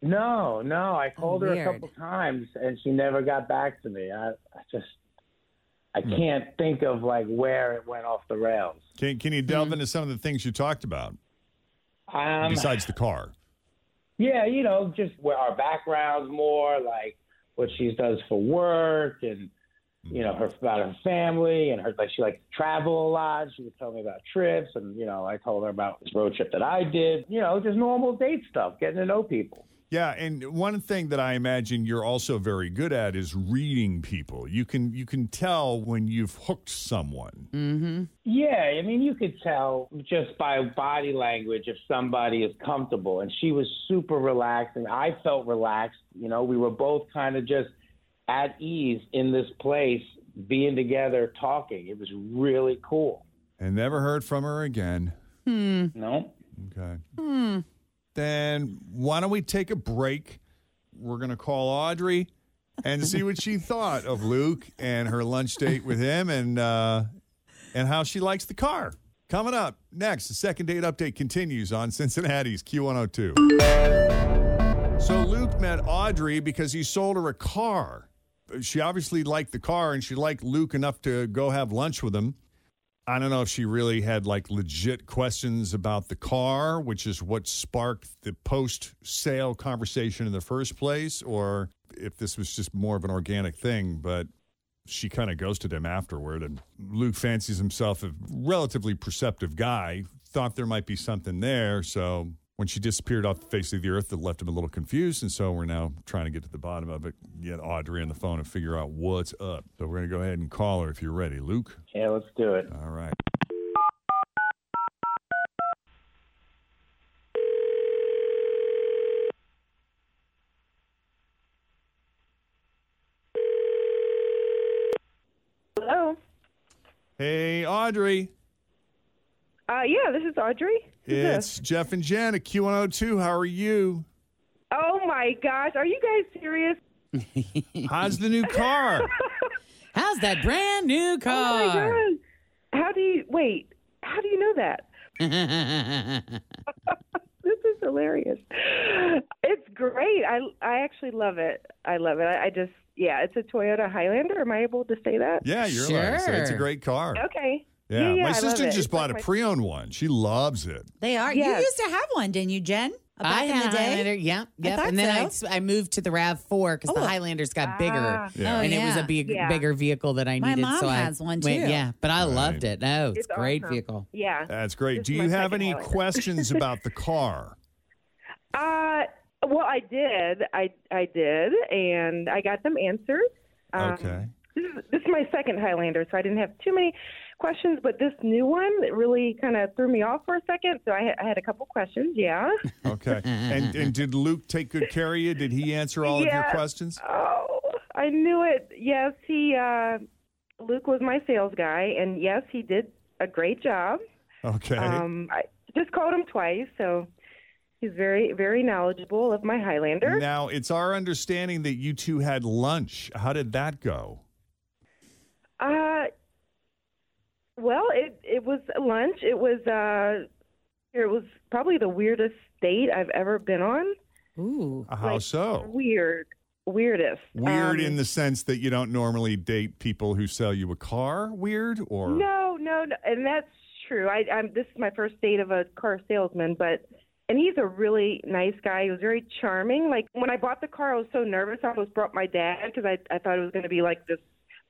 Speaker 14: no, no. I called her
Speaker 4: weird.
Speaker 14: a couple times and she never got back to me. I, I just I can't think of like where it went off the rails.
Speaker 2: Can, can you
Speaker 4: Mm-hmm.
Speaker 2: delve into some of the things you talked about
Speaker 14: Um,
Speaker 2: besides the car?
Speaker 14: yeah, you know, just where our backgrounds more, like what she does for work and you know her about her family and her like she likes to travel a lot. She would tell me about trips and you know I told her about this road trip that I did. You know, just normal date stuff, getting to know people.
Speaker 2: Yeah, and one thing that I imagine you're also very good at is reading people. You can you can tell when you've hooked someone.
Speaker 14: Mm-hmm. Yeah, I mean, you could tell just by body language if somebody is comfortable. And she was super relaxed, and I felt relaxed. You know, we were both kind of just at ease in this place, being together, talking. It was really cool.
Speaker 2: And never heard from her again.
Speaker 14: Hmm. No.
Speaker 2: Okay.
Speaker 4: Hmm.
Speaker 2: Then why don't we take a break? We're going to call Audrey and see what she thought of Luke and her lunch date with him and uh, and how she likes the car. Coming up next, the second date update continues on Cincinnati's Q102. So Luke met Audrey because he sold her a car. She obviously liked the car and she liked Luke enough to go have lunch with him. I don't know if she really had like legit questions about the car, which is what sparked the post sale conversation in the first place, or if this was just more of an organic thing, but she kind of ghosted him afterward. And Luke fancies himself a relatively perceptive guy, thought there might be something there. So when she disappeared off the face of the earth, that left him a little confused. And so we're now trying to get to the bottom of it, get Audrey on the phone and figure out what's up. So we're going to go ahead and call her if you're ready, Luke.
Speaker 14: Yeah, let's do it.
Speaker 2: All right.
Speaker 15: Hello.
Speaker 2: Hey, Audrey.
Speaker 15: Uh, yeah, this is uh, Audrey. Who's this?
Speaker 2: It's Jeff and Jan at Q102. How are you?
Speaker 15: Oh my gosh, are you guys serious?
Speaker 2: How's the new car?
Speaker 3: How's that brand new
Speaker 15: Oh my
Speaker 3: car?
Speaker 15: god. How do you wait? How do you know that? This is hilarious. It's great. I I actually love it. I love it. I, I just yeah, it's a Toyota Highlander. Am I able to say that?
Speaker 2: Yeah, you're allowed to say It's a great car.
Speaker 15: Okay.
Speaker 2: Yeah,
Speaker 15: yeah,
Speaker 2: my
Speaker 15: I love
Speaker 2: sister
Speaker 15: it.
Speaker 2: just
Speaker 15: It's like
Speaker 2: bought a
Speaker 15: my-
Speaker 2: pre-owned one. She loves it.
Speaker 4: They are.
Speaker 15: Yes.
Speaker 4: You used to have one, didn't you, Jen? Uh, Back
Speaker 3: I
Speaker 4: in
Speaker 3: had
Speaker 4: the
Speaker 3: a
Speaker 4: day?
Speaker 3: Highlander. Yep,
Speaker 4: I
Speaker 3: yep.
Speaker 4: thought
Speaker 3: and then I
Speaker 4: so. Oh.
Speaker 3: s- I, moved to the Rav Four because the Highlanders got bigger,
Speaker 4: Ah. Yeah. Oh,
Speaker 3: and it was
Speaker 4: yeah.
Speaker 3: a big,
Speaker 15: Yeah.
Speaker 3: bigger vehicle that I
Speaker 4: My
Speaker 3: needed.
Speaker 4: mom
Speaker 3: so
Speaker 4: has
Speaker 3: I
Speaker 4: one,
Speaker 3: went-
Speaker 4: too.
Speaker 3: yeah, but I loved it. No, it's,
Speaker 15: It's
Speaker 3: a great
Speaker 15: awesome.
Speaker 3: vehicle.
Speaker 15: Yeah.
Speaker 2: That's great.
Speaker 15: This
Speaker 2: Do
Speaker 15: is my
Speaker 2: you have
Speaker 15: second
Speaker 2: any
Speaker 15: Highlander.
Speaker 2: questions about the car?
Speaker 15: Uh, well, I did. I I did, and I got them answered. Um,
Speaker 2: Okay.
Speaker 15: This is, this is my second Highlander, so I didn't have too many questions. But this new one it really kind of threw me off for a second, so I, ha- I had a couple questions. Yeah.
Speaker 2: Okay. and and did Luke take good care of you? Did he answer all of your
Speaker 15: Yeah.
Speaker 2: questions?
Speaker 15: Oh, I knew it. Yes, he uh, Luke was my sales guy, and yes, he did a great job.
Speaker 2: Okay.
Speaker 15: Um, I just called him twice, so he's very very knowledgeable of my Highlander.
Speaker 2: now it's our understanding that you two had lunch. How did that go?
Speaker 15: Uh, well, it it was lunch. It was uh, it was probably the weirdest date I've ever been on.
Speaker 3: Ooh.
Speaker 2: How so?
Speaker 15: Weird, weirdest.
Speaker 2: Weird
Speaker 15: Um,
Speaker 2: in the sense that you don't normally date people who sell you a car. Weird or
Speaker 15: No, no, no, and that's true. I, I'm this is my first date of a car salesman, but and he's a really nice guy. He was very charming. Like when I bought the car, I was so nervous. I almost brought my dad because I I thought it was going to be like this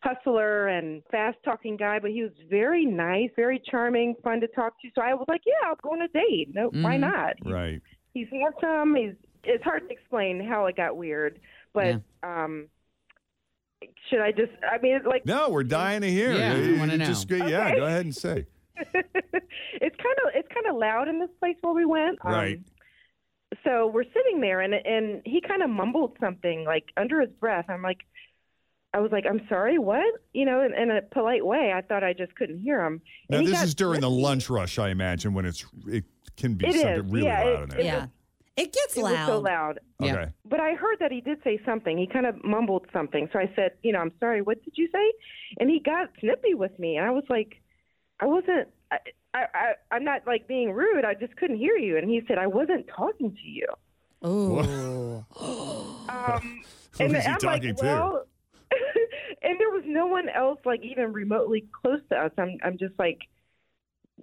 Speaker 15: hustler and fast talking guy, but he was very nice, very charming, fun to talk to. So I was like, yeah, I'll go on a date. No, why
Speaker 2: Mhm.
Speaker 15: not?
Speaker 2: right?
Speaker 15: He's handsome. He's it's hard to explain how it got weird, but um. Should I just? I mean, like
Speaker 2: No, we're dying to hear.
Speaker 3: Yeah, I
Speaker 2: You-
Speaker 3: wanna
Speaker 2: you
Speaker 3: know.
Speaker 2: just- yeah, go ahead and say.
Speaker 15: it's kind of it's kind of loud in this place where we went. Um,
Speaker 2: Right.
Speaker 15: so we're sitting there, and and he kind of mumbled something like under his breath. I'm like, I was like, I'm sorry, what? You know, in, in a polite way. I thought I just couldn't hear him.
Speaker 2: Now
Speaker 15: And he
Speaker 2: this
Speaker 15: got-
Speaker 2: is during the lunch rush, I imagine, when it's it can be
Speaker 15: It is,
Speaker 2: something really
Speaker 15: yeah, it-
Speaker 2: loud in there.
Speaker 15: it Yeah.
Speaker 4: It gets
Speaker 15: it was so loud.
Speaker 2: Okay.
Speaker 15: But I heard that he did say something. He kind of mumbled something. So I said, you know, I'm sorry. What did you say? And he got snippy with me, and I was like, I wasn't. I, I, I I'm not like being rude. I just couldn't hear you. And he said, I wasn't talking to you.
Speaker 4: Oh.
Speaker 15: Um,
Speaker 2: Who
Speaker 15: and
Speaker 2: is he
Speaker 15: I'm
Speaker 2: talking
Speaker 15: like,
Speaker 2: to?
Speaker 15: well, and there was no one else like even remotely close to us. I'm I'm just like,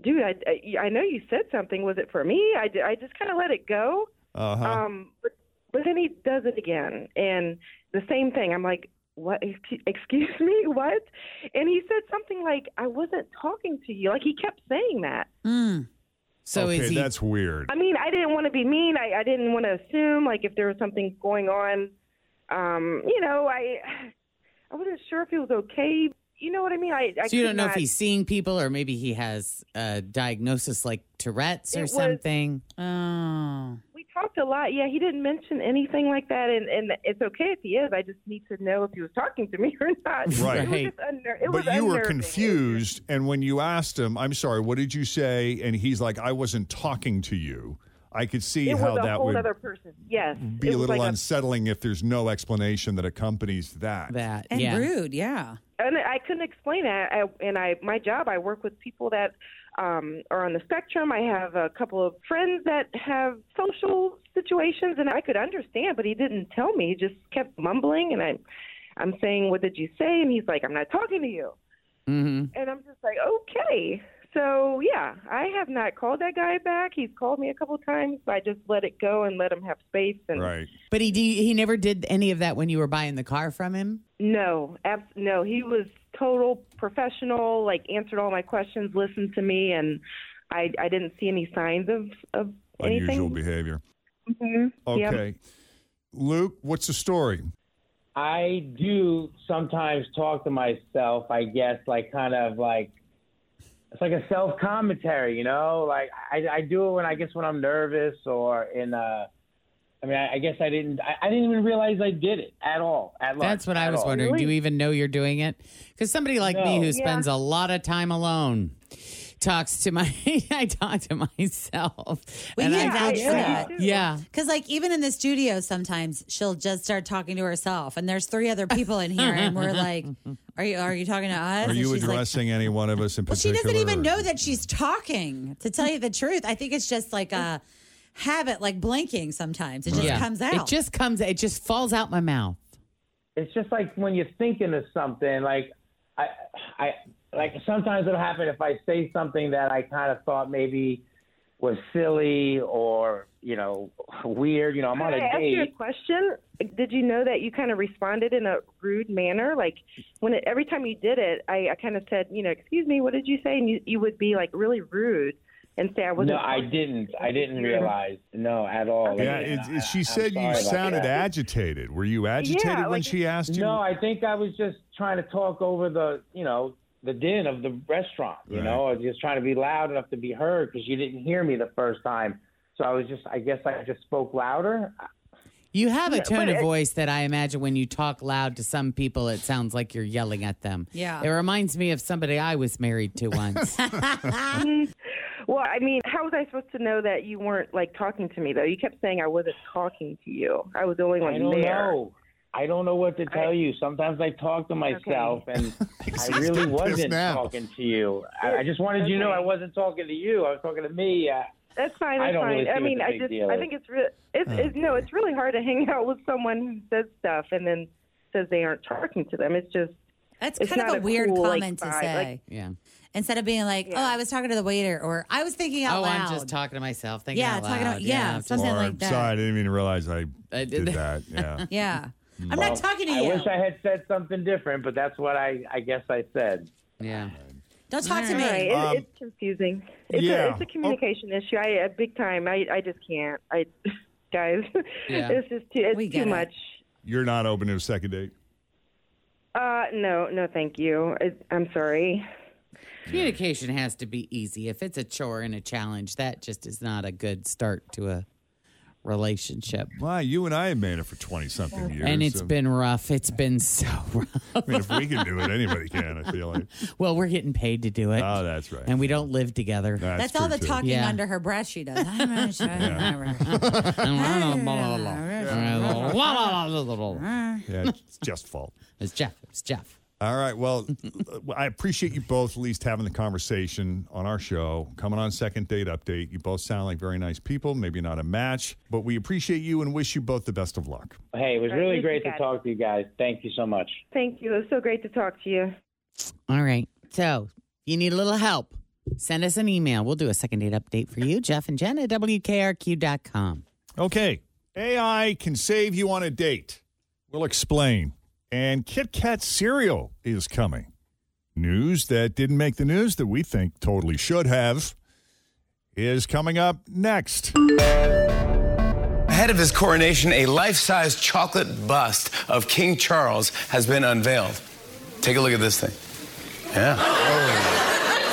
Speaker 15: dude, I I, I know you said something. Was it for me? I, di- I just kind of let it go.
Speaker 2: Uh-huh.
Speaker 15: Um, but, but then he does it again, and the same thing. I'm like, what? Ex- Excuse me, what? And he said something like, I wasn't talking to you. Like he kept saying that.
Speaker 4: Hmm.
Speaker 3: So
Speaker 2: okay,
Speaker 3: is he?
Speaker 2: that's weird.
Speaker 15: I mean, I didn't want to be mean. I, I didn't want to assume like if there was something going on. Um, you know, I I wasn't sure if he was okay. You know what I mean? I, I
Speaker 3: so you
Speaker 15: could
Speaker 3: don't know if
Speaker 15: not-
Speaker 3: he's seeing people or maybe he has a diagnosis like Tourette's
Speaker 15: It
Speaker 3: or
Speaker 15: was-
Speaker 3: something. Oh.
Speaker 15: We talked a lot. Yeah, he didn't mention anything like that, and and it's okay if he is. I just need to know if he was talking to me or not.
Speaker 2: Right.
Speaker 15: It was just unner- it was
Speaker 2: but you were
Speaker 15: unnerving.
Speaker 2: confused, and when you asked him, "I'm sorry, what did you say?" and he's like, "I wasn't talking to you." I could see
Speaker 15: It
Speaker 2: how
Speaker 15: was a
Speaker 2: that
Speaker 15: whole
Speaker 2: would
Speaker 15: other person. Yes.
Speaker 2: be
Speaker 15: It
Speaker 2: a
Speaker 15: was
Speaker 2: little
Speaker 15: like
Speaker 2: unsettling if there's no explanation that accompanies that.
Speaker 3: That
Speaker 4: And rude, yeah.
Speaker 15: and I couldn't explain it. I, and I, my job, I work with people that um, are on the spectrum. I have a couple of friends that have social situations, and I could understand, but he didn't tell me. He just kept mumbling, and I, I'm saying, "What did you say?" And he's like, "I'm not talking to you."
Speaker 3: Mm-hmm.
Speaker 15: And I'm just like, "Okay." So yeah, I have not called that guy back. He's called me a couple of times, but I just let it go and let him have space. And
Speaker 2: Right.
Speaker 3: But he he never did any of that when you were buying the car from him.
Speaker 15: No, abs- no. He was total professional. Like answered all my questions, listened to me, and I I didn't see any signs of of anything.
Speaker 2: Unusual behavior.
Speaker 15: Mhm. Yep.
Speaker 2: Okay. Luke, what's the story?
Speaker 14: I do sometimes talk to myself, I guess, like kind of like it's like a self commentary, you know? Like I, I do it when I guess when I'm nervous or in a I mean, I, I guess I didn't I, I didn't even realize I did it at all. At lunch,
Speaker 3: That's what I
Speaker 14: at
Speaker 3: was
Speaker 14: all.
Speaker 3: wondering. Do you even know you're doing it? Because somebody like me
Speaker 14: No.
Speaker 3: who
Speaker 14: Yeah.
Speaker 3: spends a lot of time alone talks to my I talk to myself.
Speaker 4: We
Speaker 3: and
Speaker 4: can
Speaker 3: I
Speaker 4: vouch
Speaker 3: feel
Speaker 4: for
Speaker 3: bad.
Speaker 4: that.
Speaker 3: Yeah.
Speaker 4: Because, like, even in the studio, sometimes she'll just start talking to herself, and there's three other people in here, and we're like, "Are you are you talking to us?"
Speaker 2: Are
Speaker 4: And
Speaker 2: you
Speaker 4: she's like,
Speaker 2: addressing any one of us in
Speaker 4: Well, she
Speaker 2: particular?
Speaker 4: doesn't even
Speaker 2: or-
Speaker 4: know that she's talking. To tell you the truth, I think it's just like a habit, like blinking. Sometimes it just
Speaker 3: Yeah.
Speaker 4: comes
Speaker 3: It
Speaker 4: out.
Speaker 3: just comes it just falls out my mouth.
Speaker 14: it's just like when you're thinking of something like i i like sometimes it'll happen if i say something that i kind of thought maybe was silly or you know weird you know i'm on
Speaker 15: Could I
Speaker 14: a
Speaker 15: ask you a
Speaker 14: date
Speaker 15: question? Did you know that you kind of responded in a rude manner? Like when it, every time you did it, I, I kind of said, you know, excuse me, what did you say? And you, you would be like really rude and say I wasn't.
Speaker 14: no i didn't i didn't realize no at all
Speaker 2: Yeah,
Speaker 14: Like,
Speaker 2: it,
Speaker 14: I-
Speaker 2: it, she
Speaker 14: I'm
Speaker 2: said
Speaker 14: sorry
Speaker 2: you
Speaker 14: about
Speaker 2: sounded
Speaker 14: that.
Speaker 2: agitated. Were you agitated when she asked you?
Speaker 14: No, I think I was just trying to talk over the, you know, the din of the restaurant. You
Speaker 2: Right.
Speaker 14: know, I was just trying to be loud enough to be heard because you didn't hear me the first time. So I was just, I guess, I just spoke louder.
Speaker 3: You have a
Speaker 14: Yeah,
Speaker 3: tone
Speaker 14: but
Speaker 3: of
Speaker 14: it-
Speaker 3: voice that I imagine when you talk loud to some people, it sounds like you're yelling at them.
Speaker 15: Yeah.
Speaker 3: It reminds me of somebody I was married to once.
Speaker 15: Mhm. well, I mean, how was I supposed to know that you weren't like talking to me though? You kept saying I wasn't talking to you. I was the only one
Speaker 14: I don't
Speaker 15: there.
Speaker 14: know. I don't know what to tell you. Sometimes I talk to myself, and I really wasn't
Speaker 2: now.
Speaker 14: talking to you. I, I just wanted you to know
Speaker 15: Okay.
Speaker 14: I wasn't talking to you. I was talking to me. Uh,
Speaker 15: That's fine.
Speaker 14: I
Speaker 15: That's
Speaker 14: don't
Speaker 15: fine.
Speaker 14: really see
Speaker 15: I
Speaker 14: what
Speaker 15: mean,
Speaker 14: the
Speaker 15: I
Speaker 14: big
Speaker 15: just
Speaker 14: deal
Speaker 15: I
Speaker 14: is.
Speaker 15: think it's re- it's, it's no, it's really hard to hang out with someone who says stuff and then says they aren't talking to them. It's just
Speaker 4: That's
Speaker 15: it's
Speaker 4: kind of
Speaker 15: not
Speaker 4: a weird
Speaker 15: cool, like,
Speaker 4: comment to
Speaker 15: vibe.
Speaker 4: say.
Speaker 15: Like,
Speaker 3: yeah.
Speaker 4: Instead of being like, "Oh, I was talking to the waiter," or "I was thinking out
Speaker 3: oh,
Speaker 4: loud."
Speaker 3: I'm just talking to myself. Thinking
Speaker 4: Yeah,
Speaker 3: out loud.
Speaker 4: talking out- yeah,
Speaker 3: I'm just-
Speaker 4: something
Speaker 2: or,
Speaker 4: like
Speaker 2: I'm
Speaker 4: that.
Speaker 2: Sorry, I didn't even realize I,
Speaker 3: I
Speaker 2: did
Speaker 3: did
Speaker 2: that. Yeah.
Speaker 4: yeah,
Speaker 3: Mm.
Speaker 4: I'm not talking to
Speaker 14: I
Speaker 4: you.
Speaker 14: wish I had said something different, but that's what I, I guess I said.
Speaker 3: Yeah.
Speaker 4: Don't talk to me.
Speaker 15: Right. It,
Speaker 2: Um,
Speaker 15: it's confusing. It's,
Speaker 2: yeah. Oh,
Speaker 15: a, it's a communication issue. I uh, big time. I I just can't. I guys,
Speaker 2: Yeah.
Speaker 15: it's just too it's
Speaker 4: We
Speaker 15: too
Speaker 4: get it.
Speaker 15: much.
Speaker 2: You're not open to a second date.
Speaker 15: Uh no no thank you. I, I'm sorry.
Speaker 3: Communication has to be easy. If it's a chore and a challenge, that just is not a good start to a relationship.
Speaker 2: Wow, you and I have made it for 20 something years.
Speaker 3: and it's
Speaker 2: so-
Speaker 3: been rough. It's been so rough.
Speaker 2: I mean, if we can do it, anybody can, I feel like.
Speaker 3: Well, we're getting paid to do it.
Speaker 2: Oh, that's right.
Speaker 3: And we don't live together.
Speaker 4: That's, all the talking under her breath she does. I'm gonna show you.
Speaker 2: Yeah, it's Jeff's fault.
Speaker 3: It's Jeff. It's Jeff.
Speaker 2: All right. Well, I appreciate you both at least having the conversation on our show. Coming on second date update. You both sound like very nice people. Maybe not a match, but we appreciate you and wish you both the best of luck.
Speaker 14: Hey, it was
Speaker 15: All right,
Speaker 14: really
Speaker 15: thank
Speaker 14: great
Speaker 15: you,
Speaker 14: to
Speaker 15: guys.
Speaker 14: talk to you guys. Thank you so much.
Speaker 15: Thank you. It was so great to talk to you.
Speaker 3: All right. So you need a little help. Send us an email. We'll do a second date update for you, Jeff and Jen at WKRQ.com.
Speaker 2: Okay. AI can save you on a date. We'll explain. And Kit Kat cereal is coming. News that didn't make the news that we think totally should have is coming up next.
Speaker 16: Ahead of his coronation, a life size chocolate bust of King Charles has been unveiled. Take a look at this thing. Yeah.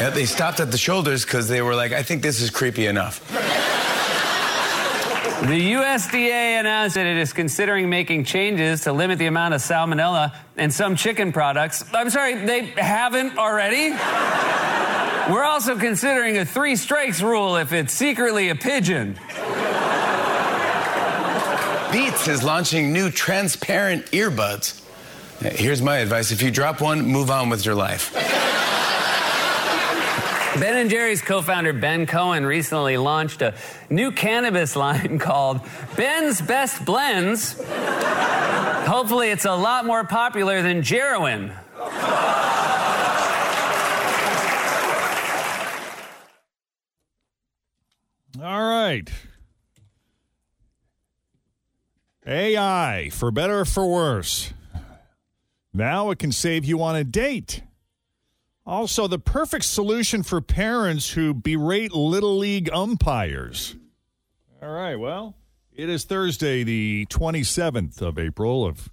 Speaker 16: Yeah, they stopped at the shoulders because they were like, I think this is creepy enough.
Speaker 17: The USDA announced that it is considering making changes to limit the amount of salmonella in some chicken products. I'm sorry, they haven't already? We're also considering a three strikes rule if it's secretly a pigeon.
Speaker 16: Beats is launching new transparent earbuds. Yeah, Here's my advice if you drop one, move on with your life.
Speaker 17: Ben and Jerry's co-founder Ben Cohen recently launched a new cannabis line called Ben's Best Blends. Hopefully, it's a lot more popular than Jerwin.
Speaker 2: All right. AI, for better or for worse. Now it can save you on a date. Also, the perfect solution for parents who berate Little League umpires. All right, well, it is Thursday, the 27th of April of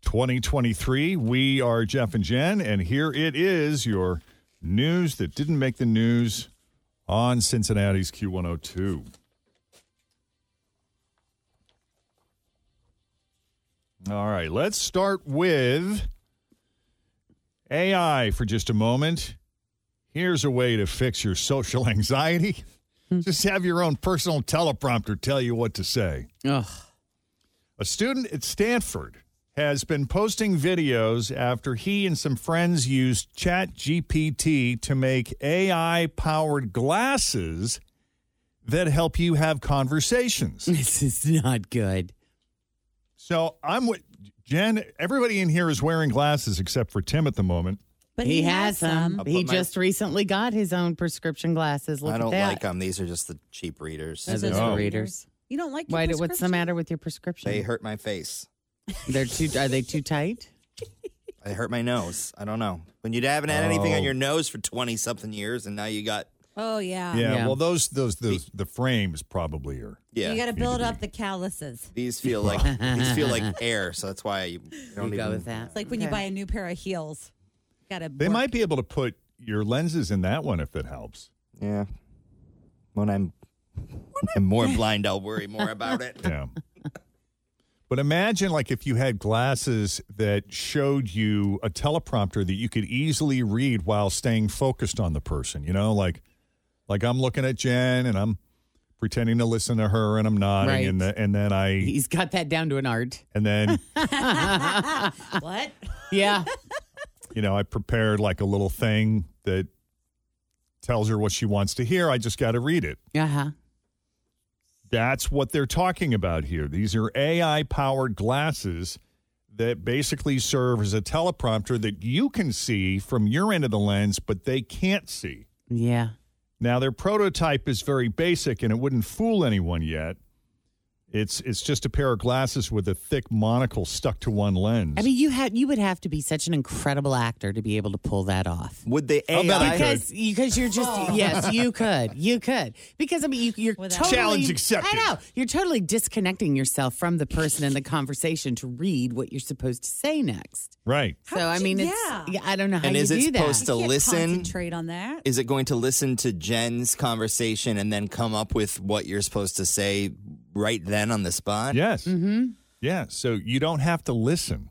Speaker 2: 2023. We are Jeff and Jen, and here it is your news that didn't make the news on Cincinnati's Q102. All right, let's start with AI for just a moment. Here's a way to fix your social anxiety. Just have your own personal teleprompter tell you what to say.
Speaker 3: Ugh.
Speaker 2: A student at Stanford has been posting videos after he and some friends used ChatGPT to make AI powered glasses that help you have conversations.
Speaker 3: This is not good.
Speaker 2: So I'm with Jen. Everybody in here is wearing glasses except for Tim at the moment.
Speaker 3: But he, has some.
Speaker 2: I'll put
Speaker 3: He
Speaker 2: my-
Speaker 3: just recently got his own prescription glasses. Look
Speaker 5: I
Speaker 3: at
Speaker 5: don't
Speaker 3: that.
Speaker 5: like them. These are just the cheap readers.
Speaker 3: Those are the readers.
Speaker 4: You don't like your
Speaker 3: Why? do- What's the
Speaker 4: prescription?
Speaker 3: matter with your prescription?
Speaker 5: They hurt my face.
Speaker 3: They're too. Are they too tight?
Speaker 5: They hurt my nose. I don't know. When you haven't had anything
Speaker 2: Oh.
Speaker 5: on your nose for twenty something years, and now you got
Speaker 4: Oh yeah.
Speaker 2: yeah, Well, those those those the frames probably are.
Speaker 5: yeah.
Speaker 4: You got to build up the calluses.
Speaker 5: These feel like these feel like air, so that's why you don't
Speaker 3: You
Speaker 5: even.
Speaker 3: go with that.
Speaker 4: It's like when you buy a new pair of heels. Got to.
Speaker 2: They might be able to put your lenses in that one if it helps.
Speaker 5: Yeah. When I'm when I'm more blind, I'll worry more about it.
Speaker 2: Yeah. But imagine like if you had glasses that showed you a teleprompter that you could easily read while staying focused on the person, you know, like like I'm looking at Jen and I'm pretending to listen to her and I'm nodding
Speaker 3: Right.
Speaker 2: and the, and then I
Speaker 3: He's got that down to an art.
Speaker 2: and then
Speaker 4: what?
Speaker 3: Yeah.
Speaker 2: you know, I prepared like a little thing that tells her what she wants to hear. I just got to read it.
Speaker 3: Uh huh.
Speaker 2: That's what they're talking about here. These are AI powered glasses that basically serve as a teleprompter that you can see from your end of the lens, but they can't see.
Speaker 3: Yeah.
Speaker 2: Now, their prototype is very basic and it wouldn't fool anyone yet. It's, it's just a pair of glasses with a thick monocle stuck to one lens.
Speaker 3: I mean, you had you would have to be such an incredible actor to be able to pull that off.
Speaker 5: Would they
Speaker 3: Oh,
Speaker 2: I'll bet I could.
Speaker 3: because because you're just
Speaker 4: Oh.
Speaker 3: yes, you could, you could because I mean you, you're totally,
Speaker 2: Challenge accepted.
Speaker 3: I know you're totally disconnecting yourself from the person in the conversation to read what you're supposed to say next.
Speaker 2: right.
Speaker 3: so I mean, it's
Speaker 4: yeah.
Speaker 3: yeah, I don't know how
Speaker 5: And
Speaker 3: you
Speaker 5: is
Speaker 3: do
Speaker 5: it
Speaker 3: that.
Speaker 5: supposed to
Speaker 4: You can't
Speaker 5: listen?
Speaker 4: Concentrate on that.
Speaker 5: Is it going to listen to Jen's conversation and then come up with what you're supposed to say right then on the spot?
Speaker 2: Yes. Mm-hmm. Yeah. So you don't have to listen.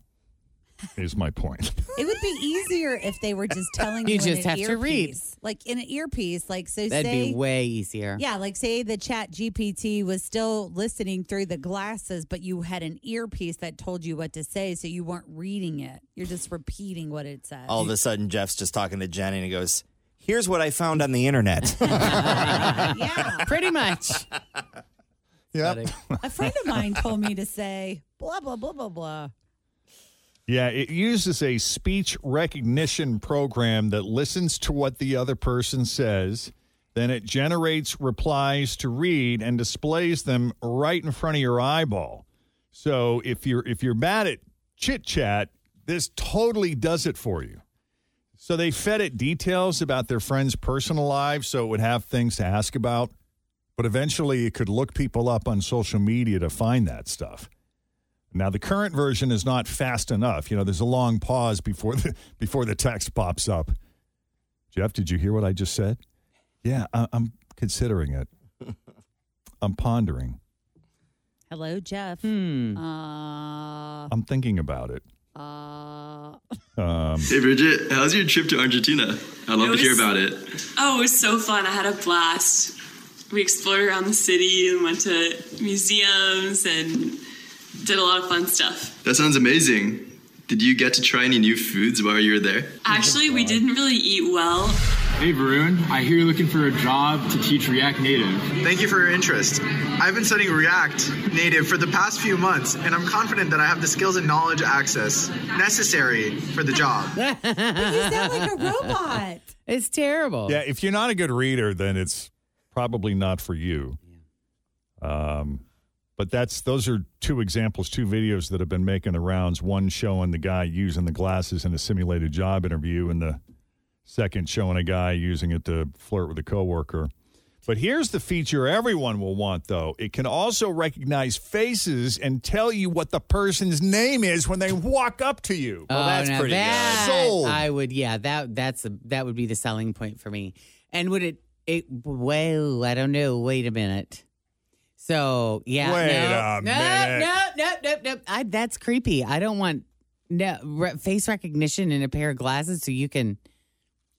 Speaker 2: Is my point.
Speaker 4: It would be easier if they were just telling
Speaker 3: You
Speaker 4: you. in
Speaker 3: just
Speaker 4: an
Speaker 3: have to read.
Speaker 4: earpiece. like in an earpiece. Like so,
Speaker 3: That'd
Speaker 4: say
Speaker 3: be way easier.
Speaker 4: Yeah, like say the chat GPT was still listening through the glasses, but you had an earpiece that told you what to say, so you weren't reading it. You're just repeating what it says.
Speaker 5: All of a sudden, Jeff's just talking to Jenny and he goes, Here's what I found on the internet.
Speaker 3: Pretty much.
Speaker 2: Yep.
Speaker 4: a friend of mine told me to say blah blah blah blah blah.
Speaker 2: Yeah, it uses a speech recognition program that listens to what the other person says. Then it generates replies to read and displays them right in front of your eyeball. So if you're if you're mad at chit chat, this totally does it for you. So they fed it details about their friends' personal lives, so it would have things to ask about. But eventually, it could look people up on social media to find that stuff. Now the current version is not fast enough. You know, there's a long pause before the before the text pops up. Jeff, did you hear what I just said? Yeah, I, I'm considering it. I'm pondering.
Speaker 4: Hello, Jeff. Uh,
Speaker 2: I'm thinking about it.
Speaker 4: uh,
Speaker 2: Um,
Speaker 18: Hey Bridget, how's your trip to Argentina? I'd love
Speaker 19: It
Speaker 18: to hear
Speaker 19: was-
Speaker 18: about it.
Speaker 19: Oh, it was so fun. I had a blast. We explored around the city and went to museums and did a lot of fun stuff.
Speaker 18: That sounds amazing. Did you get to try any new foods while you were there?
Speaker 19: Actually, we didn't really eat well.
Speaker 18: Hey Varun, I hear you're looking for a job to teach React Native.
Speaker 20: Thank you for your interest. I've been studying React Native for the past few months, and I'm confident that I have the skills and knowledge access necessary for the job.
Speaker 3: but
Speaker 4: you sound like a robot.
Speaker 3: It's terrible.
Speaker 2: Yeah, if you're not a good reader, then it's probably not for you. Um, but that's those are two examples, two videos that have been making the rounds. One showing the guy using the glasses in a simulated job interview, and the second showing a guy using it to flirt with a coworker. But here's the feature everyone will want, though. It can also recognize faces and tell you what the person's name is when they walk up to you.
Speaker 3: Oh, now that
Speaker 2: Sold.
Speaker 3: I would, yeah, that that's a, that would be the selling point for me. And would it? It well, I don't know. Wait a minute. So yeah,
Speaker 2: Wait
Speaker 3: no,
Speaker 2: a
Speaker 3: no,
Speaker 2: minute.
Speaker 3: no, no, no, no. I, that's creepy. I don't want no re- face recognition and a pair of glasses, so you can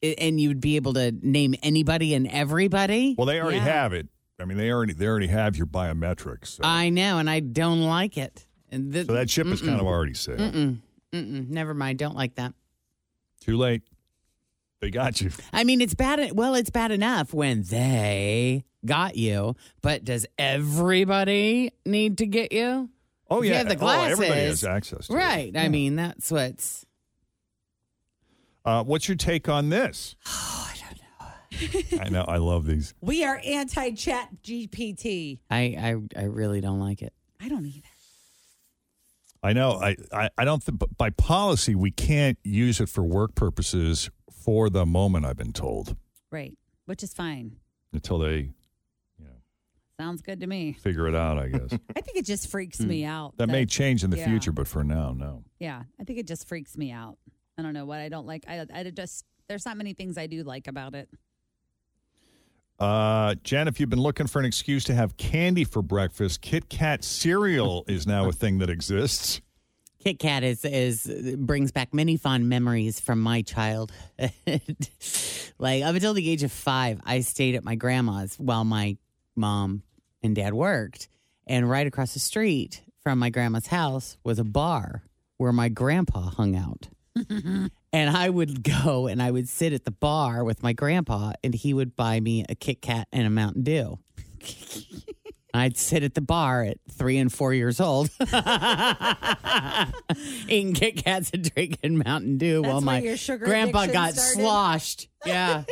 Speaker 3: a- and you'd be able to name anybody and everybody.
Speaker 2: Well, they already have it. I mean, they already they already have your biometrics. So,
Speaker 3: I know, and I don't like it. And th-
Speaker 2: so that ship is kind of
Speaker 3: mm-mm.
Speaker 2: already sailed.
Speaker 3: Mm-mm, mm-mm, never mind. Don't like that.
Speaker 2: Too late. They got you.
Speaker 3: I mean, it's bad. Well, it's bad enough when they got you, but does everybody need to get you?
Speaker 2: Oh
Speaker 3: If
Speaker 2: yeah,
Speaker 3: you have the
Speaker 2: Oh,
Speaker 3: glasses,
Speaker 2: everybody has access. To it.
Speaker 3: right? I mean, that's what's.
Speaker 2: Uh, what's your take on this? Oh, I don't know. I know. I love these.
Speaker 4: we are anti Chat GPT.
Speaker 3: I, I I really don't like it.
Speaker 4: I don't either.
Speaker 2: I know. I I, I don't. Th- by policy, we can't use it for work purposes for the moment. I've been told
Speaker 4: Right, which is fine.
Speaker 2: until they
Speaker 4: Sounds good to me.
Speaker 2: figure it out. I guess
Speaker 4: I think it just freaks
Speaker 3: Hmm.
Speaker 4: me out.
Speaker 2: that may change in the
Speaker 4: yeah.
Speaker 2: future, but for now, no.
Speaker 4: Yeah, I think it just freaks me out. I don't know what I don't like. I, I just there's not many things I do like about it.
Speaker 2: Uh, Jen, if you've been looking for an excuse to have candy for breakfast, Kit Kat cereal is now a thing that exists.
Speaker 3: Kit Kat is is brings back many fond memories from my childhood. like up until the age of five, I stayed at my grandma's while my mom and dad worked, and right across the street from my grandma's house was a bar where my grandpa hung out. And I would go and I would sit at the bar with my grandpa, and he would buy me a Kit Kat and a Mountain Dew. I'd sit at the bar at three and four years old, eating Kit Kats and drinking Mountain Dew
Speaker 4: That's
Speaker 3: while
Speaker 4: where
Speaker 3: my
Speaker 4: your sugar
Speaker 3: grandpa
Speaker 4: addiction
Speaker 3: got
Speaker 4: started?
Speaker 3: sloshed. Yeah.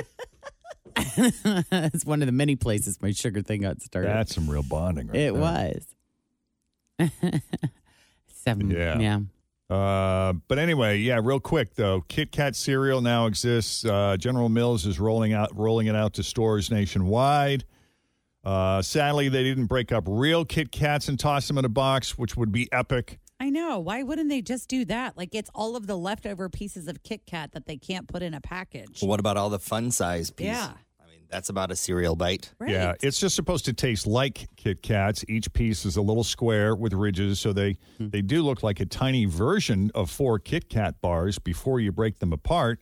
Speaker 3: it's one of the many places my sugar thing got started.
Speaker 2: That's some real bonding, right?
Speaker 3: it
Speaker 2: there.
Speaker 3: was. Seven.
Speaker 2: Yeah.
Speaker 3: Yeah.
Speaker 2: Uh, but anyway, yeah, real quick though, Kit Kat cereal now exists. Uh, General Mills is rolling out rolling it out to stores nationwide. Uh, sadly, they didn't break up real Kit Kats and toss them in a box, which would be epic.
Speaker 4: I know. Why wouldn't they just do that? Like it's all of the leftover pieces of Kit Kat that they can't put in a package.
Speaker 5: Well, what about all the fun size pieces?
Speaker 4: Yeah.
Speaker 5: I mean, That's about a cereal bite.
Speaker 2: Yeah, it's just supposed to taste like Kit Kats. Each piece is a little square with ridges, so they
Speaker 5: Hmm.
Speaker 2: they do look like a tiny version of four Kit Kat bars before you break them apart.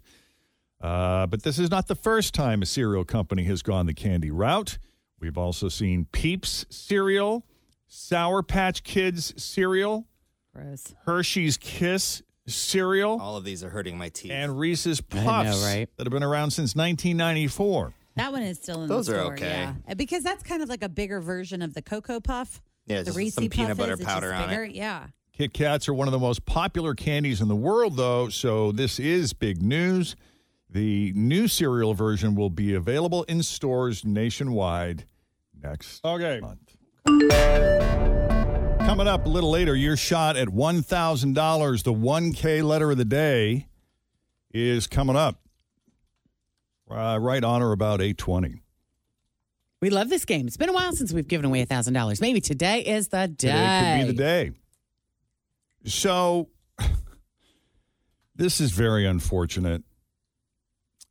Speaker 2: Uh, but this is not the first time a cereal company has gone the candy route. We've also seen Peeps cereal, Sour Patch Kids cereal,
Speaker 4: Gross.
Speaker 2: Hershey's Kiss
Speaker 4: Oh.
Speaker 2: cereal,
Speaker 5: All of these are hurting my teeth.
Speaker 2: and Reese's
Speaker 5: I know,
Speaker 2: Puffs
Speaker 5: right?
Speaker 2: that have been around since 1994.
Speaker 4: That one is still in
Speaker 2: Those
Speaker 4: the
Speaker 2: are
Speaker 4: store.
Speaker 2: okay.
Speaker 4: Yeah. Uh, Because that's kind of like a bigger version of the Cocoa Puff.
Speaker 2: Yeah,
Speaker 4: the
Speaker 2: just
Speaker 4: Reese's
Speaker 2: some peanut
Speaker 4: Puff
Speaker 2: butter
Speaker 4: is, it's
Speaker 2: powder
Speaker 4: just
Speaker 2: on it.
Speaker 4: bigger. Yeah.
Speaker 2: Kit Kats are one of the most popular candies in the world, though, so this is big news. The new cereal version will be available in stores nationwide next okay. month. Coming up a little later, your shot at $1,000, the 1K letter of the day, is coming up uh, right on or about 820.
Speaker 3: We love this game. It's been a while since we've given away $1,000. Maybe today is the day.
Speaker 2: Today could be the day. So, this is very unfortunate.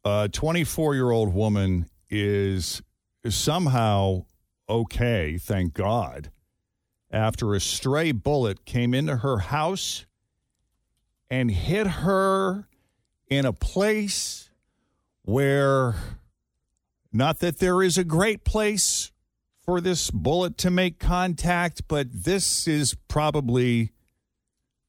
Speaker 2: A 24 year old woman is somehow okay, thank God, after a stray bullet came into her house and hit her in a place where, not that there is a great place for this bullet to make contact, but this is probably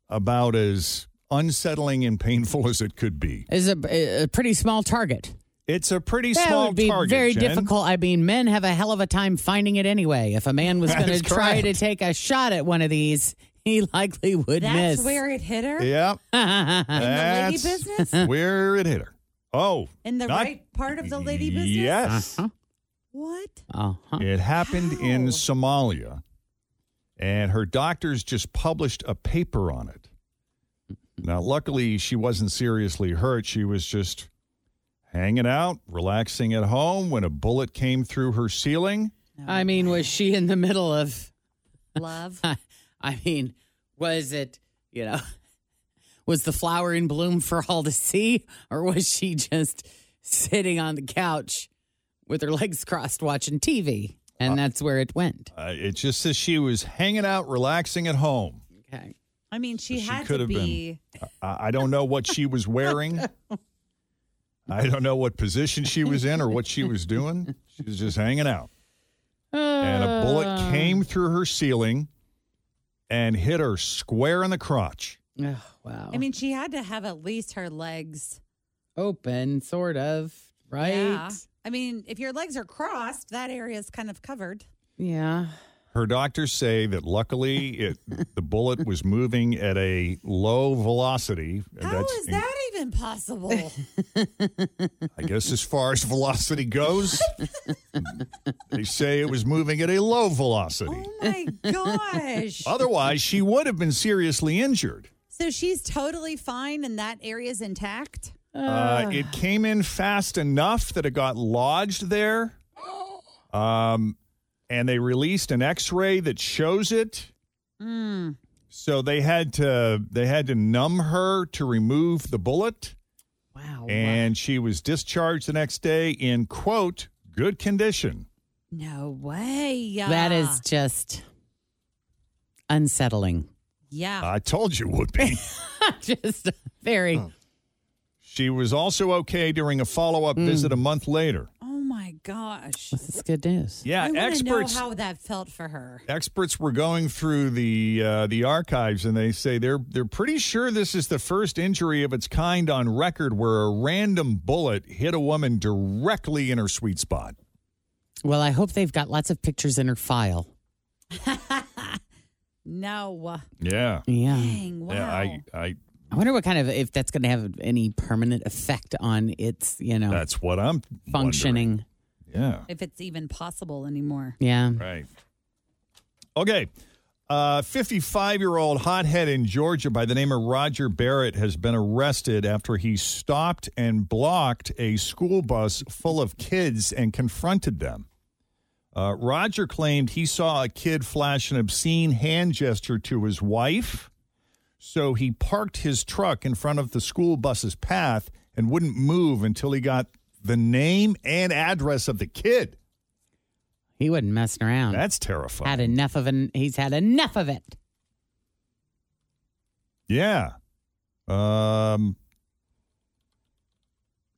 Speaker 2: about as unsettling and painful as it could be.
Speaker 3: Is a, a pretty small target.
Speaker 2: It's a pretty
Speaker 3: that
Speaker 2: small
Speaker 3: would be
Speaker 2: target.
Speaker 3: very
Speaker 2: Jen.
Speaker 3: difficult. I mean, men have a hell of a time finding it anyway. If a man was
Speaker 2: That
Speaker 3: going
Speaker 2: is
Speaker 3: to try to
Speaker 2: correct.
Speaker 3: take a shot at one of these, he likely would
Speaker 4: That's
Speaker 3: miss. Uh-huh.
Speaker 4: where it hit her?
Speaker 2: Yep.
Speaker 4: lady
Speaker 2: That's
Speaker 4: business?
Speaker 2: Where it hit her. Oh.
Speaker 4: In the
Speaker 2: not-
Speaker 4: right part of the lady business?
Speaker 2: Yes.
Speaker 4: What?
Speaker 3: Uh-huh.
Speaker 2: It happened in Somalia, and her doctors just published a paper on it. Now, luckily, she wasn't seriously hurt. She was just hanging out, relaxing at home when a bullet came through her ceiling.
Speaker 3: I mean, was she in the middle of
Speaker 4: love?
Speaker 3: I mean, was it, you know, was the flower in bloom for all to see, or was she just sitting on the couch with her legs crossed watching TV?
Speaker 4: Uh,
Speaker 3: And that's where it went.
Speaker 2: Uh, it just says she was hanging out, relaxing at home.
Speaker 3: Okay.
Speaker 4: I mean, she,
Speaker 2: She
Speaker 4: had
Speaker 2: could
Speaker 4: to
Speaker 2: have
Speaker 4: be.
Speaker 2: been. I, I don't know what she was wearing. I don't know what position she was in or what she was doing. She was just hanging out. and a
Speaker 4: Hmm.
Speaker 3: Ah.
Speaker 2: bullet came through her ceiling and hit her square in the crotch.
Speaker 3: Oh, wow.
Speaker 4: I mean, she had to have at least her legs.
Speaker 3: Open, sort of, right?
Speaker 4: Yeah. I mean, if your legs are crossed, that area is kind of covered.
Speaker 3: Yeah.
Speaker 2: Her doctors say that luckily it, the bullet was moving at a low velocity. How That's,
Speaker 4: Is that even possible?
Speaker 2: I guess as far as velocity goes, they say it was moving at a low velocity.
Speaker 4: Oh my gosh.
Speaker 2: Otherwise, she would have been seriously injured.
Speaker 4: So she's totally fine and that area's intact?
Speaker 2: Uh, it came in fast enough that it got lodged there. Um, and they released an X-ray that shows it.
Speaker 4: Mm.
Speaker 2: So they had to they had to numb her to remove the bullet.
Speaker 4: Oh,
Speaker 3: Wow.
Speaker 2: And she was discharged the next day in quote good condition.
Speaker 4: No way.
Speaker 3: That is just unsettling.
Speaker 4: Yeah.
Speaker 2: I told you would be.
Speaker 3: just very.
Speaker 2: she was also okay during a follow-up
Speaker 4: Mm.
Speaker 2: visit a month later.
Speaker 4: Oh my gosh.
Speaker 3: This is good news.
Speaker 2: Yeah,
Speaker 4: I want to know
Speaker 2: experts
Speaker 4: how that felt for her.
Speaker 2: experts were going through the uh, the archives and they say they're they're pretty sure this is the first injury of its kind on record where a random bullet hit a woman directly in her sweet spot.
Speaker 3: Well, I hope they've got lots of pictures in her file.
Speaker 4: No.
Speaker 2: Yeah.
Speaker 3: Yeah.
Speaker 4: Dang, wow.
Speaker 2: Yeah, I I
Speaker 3: I wonder what kind of if that's going to have any permanent effect on its, you know,
Speaker 2: that's what I'm
Speaker 3: functioning.
Speaker 2: yeah.
Speaker 4: If it's even possible anymore.
Speaker 3: Yeah.
Speaker 2: Right. Okay. A 55 year old hothead in Georgia by the name of Roger Barrett has been arrested after he stopped and blocked a school bus full of kids and confronted them. Uh, Roger claimed he saw a kid flash an obscene hand gesture to his wife, so he parked his truck in front of the school bus's path and wouldn't move until he got the name and address of the kid.
Speaker 3: He wasn't messing around.
Speaker 2: That's terrifying.
Speaker 3: Had enough of an. He's had enough of it.
Speaker 2: Yeah. Um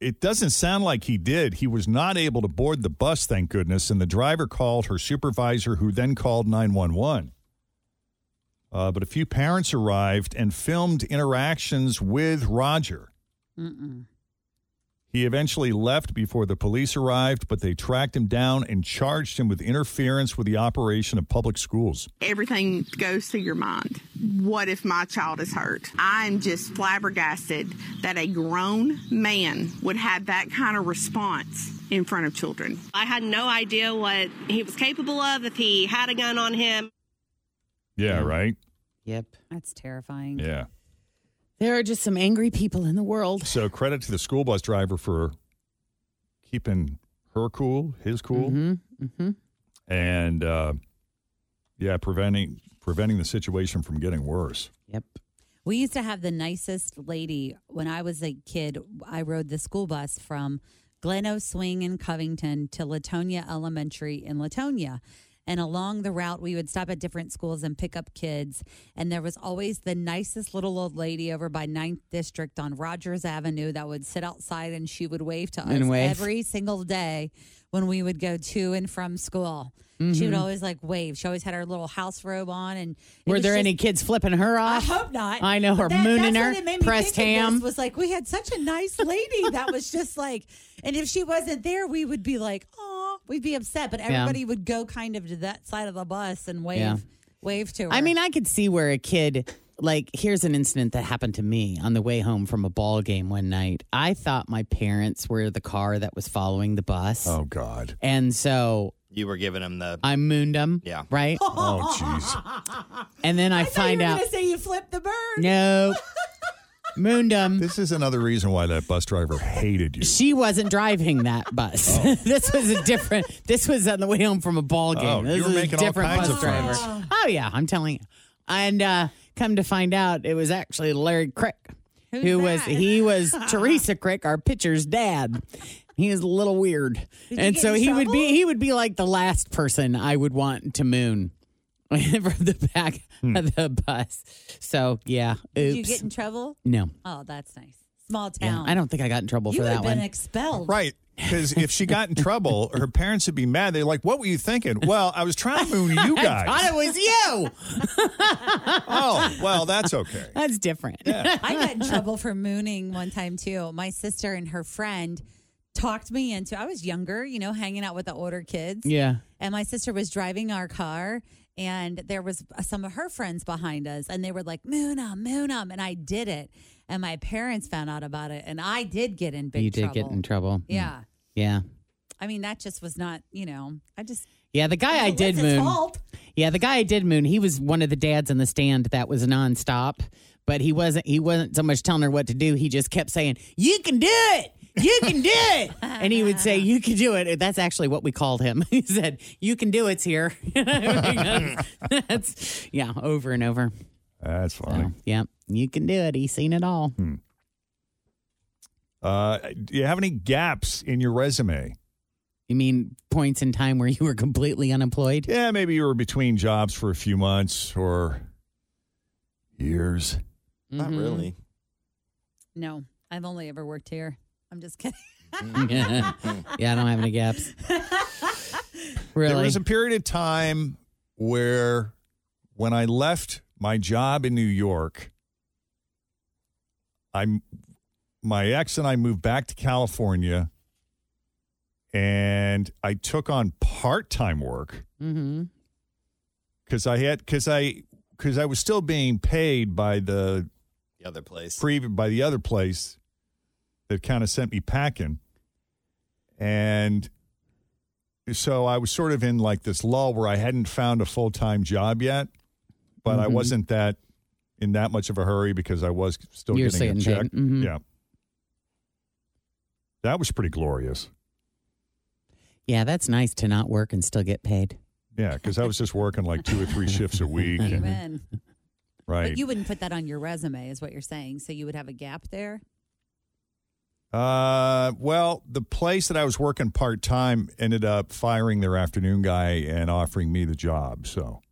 Speaker 2: it doesn't sound like he did. He was not able to board the bus, thank goodness, and the driver called her supervisor who then called 911. Uh, but a few parents arrived and filmed interactions with Roger.
Speaker 4: Mm-mm.
Speaker 2: He eventually left before the police arrived, but they tracked him down and charged him with interference with the operation of public schools.
Speaker 21: Everything goes through your mind. What if my child is hurt? I'm just flabbergasted that a grown man would have that kind of response in front of children.
Speaker 22: I had no idea what he was capable of if he had a gun on him.
Speaker 2: Yeah, right?
Speaker 3: Yep.
Speaker 4: That's terrifying.
Speaker 2: Yeah.
Speaker 3: There are just some angry people in the world.
Speaker 2: So credit to the school bus driver for keeping her cool, his cool,
Speaker 3: Mm-hmm.
Speaker 2: and uh, yeah, preventing preventing the situation from getting worse.
Speaker 3: Yep.
Speaker 4: We used to have the nicest lady when I was a kid. I rode the school bus from Glen Oaks Swing in Covington to Latonia Elementary in Latonia. And along the route, we would stop at different schools and pick up kids. And there was always the nicest little old lady over by 9th District on Rogers Avenue that would sit outside and she would wave to
Speaker 3: And
Speaker 4: us
Speaker 3: wave.
Speaker 4: every single day when we would go to and from school. She would
Speaker 3: Mhm.
Speaker 4: always like wave. She always had her little house robe on. And it
Speaker 3: Were
Speaker 4: was
Speaker 3: there
Speaker 4: just-
Speaker 3: any kids flipping her off?
Speaker 4: I hope not.
Speaker 3: I know her
Speaker 4: That-
Speaker 3: mooning
Speaker 4: that's
Speaker 3: her,
Speaker 4: what it made me
Speaker 3: pressed
Speaker 4: think of
Speaker 3: ham.
Speaker 4: this, Was like we had such a nice lady that was just like, and if she wasn't there, we would be like, oh, we'd be upset. But
Speaker 3: Yeah.
Speaker 4: everybody would go kind of to that side of the bus and wave,
Speaker 3: Yeah.
Speaker 4: wave to her.
Speaker 3: I mean, I could see where a kid like here's an incident that happened to me on the way home from a ball game one night. I thought my parents were the car that was following the bus.
Speaker 2: Oh God.
Speaker 3: And so
Speaker 5: You were giving him the.
Speaker 3: I mooned him. Yeah. Right?
Speaker 5: Oh, jeez.
Speaker 3: And then I, find out
Speaker 4: say you flipped the bird.
Speaker 3: No. mooned him.
Speaker 2: This is another reason why that bus driver hated you.
Speaker 3: She wasn't driving that bus. this was a different. This was on the way home from a ball game.
Speaker 2: Oh. Oh,
Speaker 3: this
Speaker 2: you were
Speaker 3: was a
Speaker 2: making all
Speaker 3: different
Speaker 2: kinds
Speaker 3: bus
Speaker 2: of
Speaker 3: driver.
Speaker 2: friends.
Speaker 3: Oh yeah, I'm telling you. And uh, come to find out, it was actually Larry Crick,
Speaker 4: Who's
Speaker 3: who was he was Teresa Crick, our pitcher's dad. He was a little weird,
Speaker 4: Did you
Speaker 3: and
Speaker 4: get
Speaker 3: so
Speaker 4: in
Speaker 3: he would be
Speaker 4: trouble?
Speaker 3: he would be like the last person I would want to moon from the back
Speaker 2: Hmm.
Speaker 3: of the bus. So yeah, oops.
Speaker 4: did you get in trouble?
Speaker 3: no,
Speaker 4: Oh, that's nice. Small
Speaker 3: yeah,
Speaker 4: town.
Speaker 3: I don't think I got in trouble
Speaker 4: you
Speaker 3: for
Speaker 4: would
Speaker 3: that
Speaker 4: have been
Speaker 3: one.
Speaker 4: expelled.
Speaker 2: Right. Because if she got in trouble, her parents would be mad. They're like, "What were you thinking?" Well, I was trying to moon you
Speaker 3: I
Speaker 2: guys.
Speaker 3: thought it was you.
Speaker 2: oh, well, that's okay.
Speaker 3: That's different.
Speaker 4: I got in trouble for mooning one time too. My sister and her friend talked me into. I was younger, you know, hanging out with the older kids.
Speaker 3: Yeah.
Speaker 4: And my sister was driving our car, and there was uh, some of her friends behind us, and they were like, "Moon 'em, moon 'em," and I did it. And my parents found out about it, and I did get in big
Speaker 3: you did
Speaker 4: trouble.
Speaker 3: get in trouble.
Speaker 4: Yeah.
Speaker 3: Yeah.
Speaker 4: I mean, that just was not, you know, I just
Speaker 3: Yeah, the guy I did
Speaker 4: his
Speaker 3: moon.
Speaker 4: fault.
Speaker 3: Yeah, the guy I did moon, he was one of the dads in the stand that was nonstop, but he wasn't he wasn't so much telling her what to do. He just kept saying, You can do it. You can do it. and he would say, You can do it. That's actually what we called him. He said, You can do it's here. That's yeah, over and over.
Speaker 2: That's funny.
Speaker 3: Yep. You can do it. He's seen it all.
Speaker 2: Uh, do you have any gaps in your resume?
Speaker 3: You mean points in time where you were completely unemployed?
Speaker 2: Yeah, maybe you were between jobs for a few months or years.
Speaker 3: Mm-hmm.
Speaker 5: Not really.
Speaker 4: No, I've only ever worked here. I'm just kidding.
Speaker 3: yeah, I don't have any gaps.
Speaker 2: There
Speaker 3: Really?
Speaker 2: was a period of time where when I left my job in New York, I'm my ex and I moved back to California and I took on part-time work
Speaker 3: mm-hmm.
Speaker 2: cuz I had cuz I cuz I was still being paid by the
Speaker 5: The other place.
Speaker 2: Pre- by the other place that kind of sent me packing. And so I was sort of in like this lull where I hadn't found a full time job yet, but I
Speaker 3: Mhm.
Speaker 2: wasn't that in that much of a hurry because I was still
Speaker 3: You're
Speaker 2: getting a
Speaker 3: still
Speaker 2: check.
Speaker 3: getting paid. Mhm.
Speaker 2: Yeah. That was pretty glorious.
Speaker 3: Yeah, that's nice to not work and still get paid.
Speaker 2: Yeah, because I was just working like two or three shifts a week. and-
Speaker 4: Amen.
Speaker 2: right.
Speaker 4: But you wouldn't put that on your resume, is what you're saying. So you would have a gap there.
Speaker 2: Uh, well, the place that I was working part time ended up firing their afternoon guy and offering me the job. So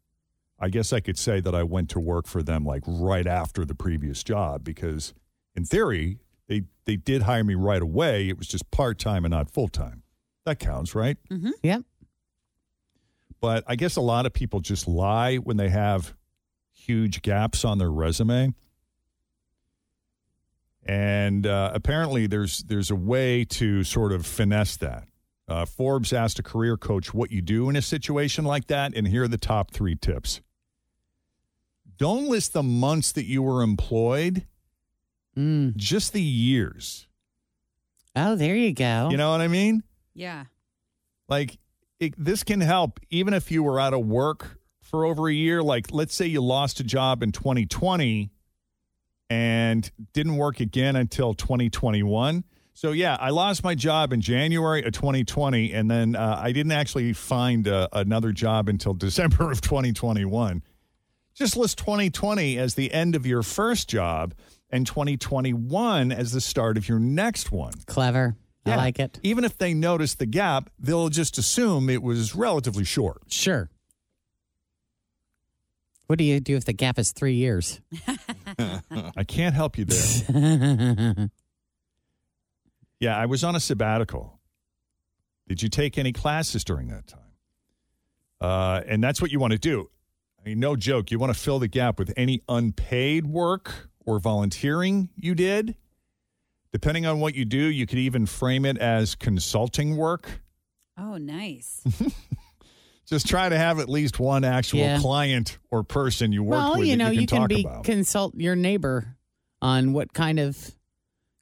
Speaker 2: I guess I could say that I went to work for them like right after the previous job because, in theory, they, they did hire me right away. It was just part time and not full time. That counts, right?
Speaker 3: Mm-hmm. Yep.
Speaker 2: But I guess a lot of people just lie when they have huge gaps on their resume and uh, apparently there's there's a way to sort of finesse that. Uh, Forbes asked a career coach what you do in a situation like that, and here are the top three tips. Don't list the months that you were employed, just the
Speaker 3: Mm.
Speaker 2: years.
Speaker 3: Oh, there you go.
Speaker 2: You know what I mean?
Speaker 4: Yeah.
Speaker 2: Like it, this can help even if you were out of work for over a year. Like let's say you lost a job in 2020 and didn't work again until 2021. So yeah, I lost my job in January of 2020, and then uh, I didn't actually find uh, another job until December of 2021. Just list 2020 as the end of your first job and 2021 as the start of your next one.
Speaker 3: Clever. I like
Speaker 2: it. Even if they notice the gap, they'll just assume it was relatively short.
Speaker 3: Sure. What do you do if the gap is three years?
Speaker 2: I can't help you there. yeah, I was on a sabbatical. Did you take any classes during that time? Uh, and that's what you want to do. I mean, no joke. You want to fill the gap with any unpaid work or volunteering you did. Depending on what you do, you could even frame it as consulting work.
Speaker 4: Oh, nice.
Speaker 2: Just try to have at least one actual
Speaker 3: Yeah.
Speaker 2: client or person you worked
Speaker 3: well,
Speaker 2: with
Speaker 3: you
Speaker 2: that
Speaker 3: know,
Speaker 2: you
Speaker 3: you
Speaker 2: can
Speaker 3: can
Speaker 2: talk
Speaker 3: be
Speaker 2: about.
Speaker 3: consult your neighbor on what kind of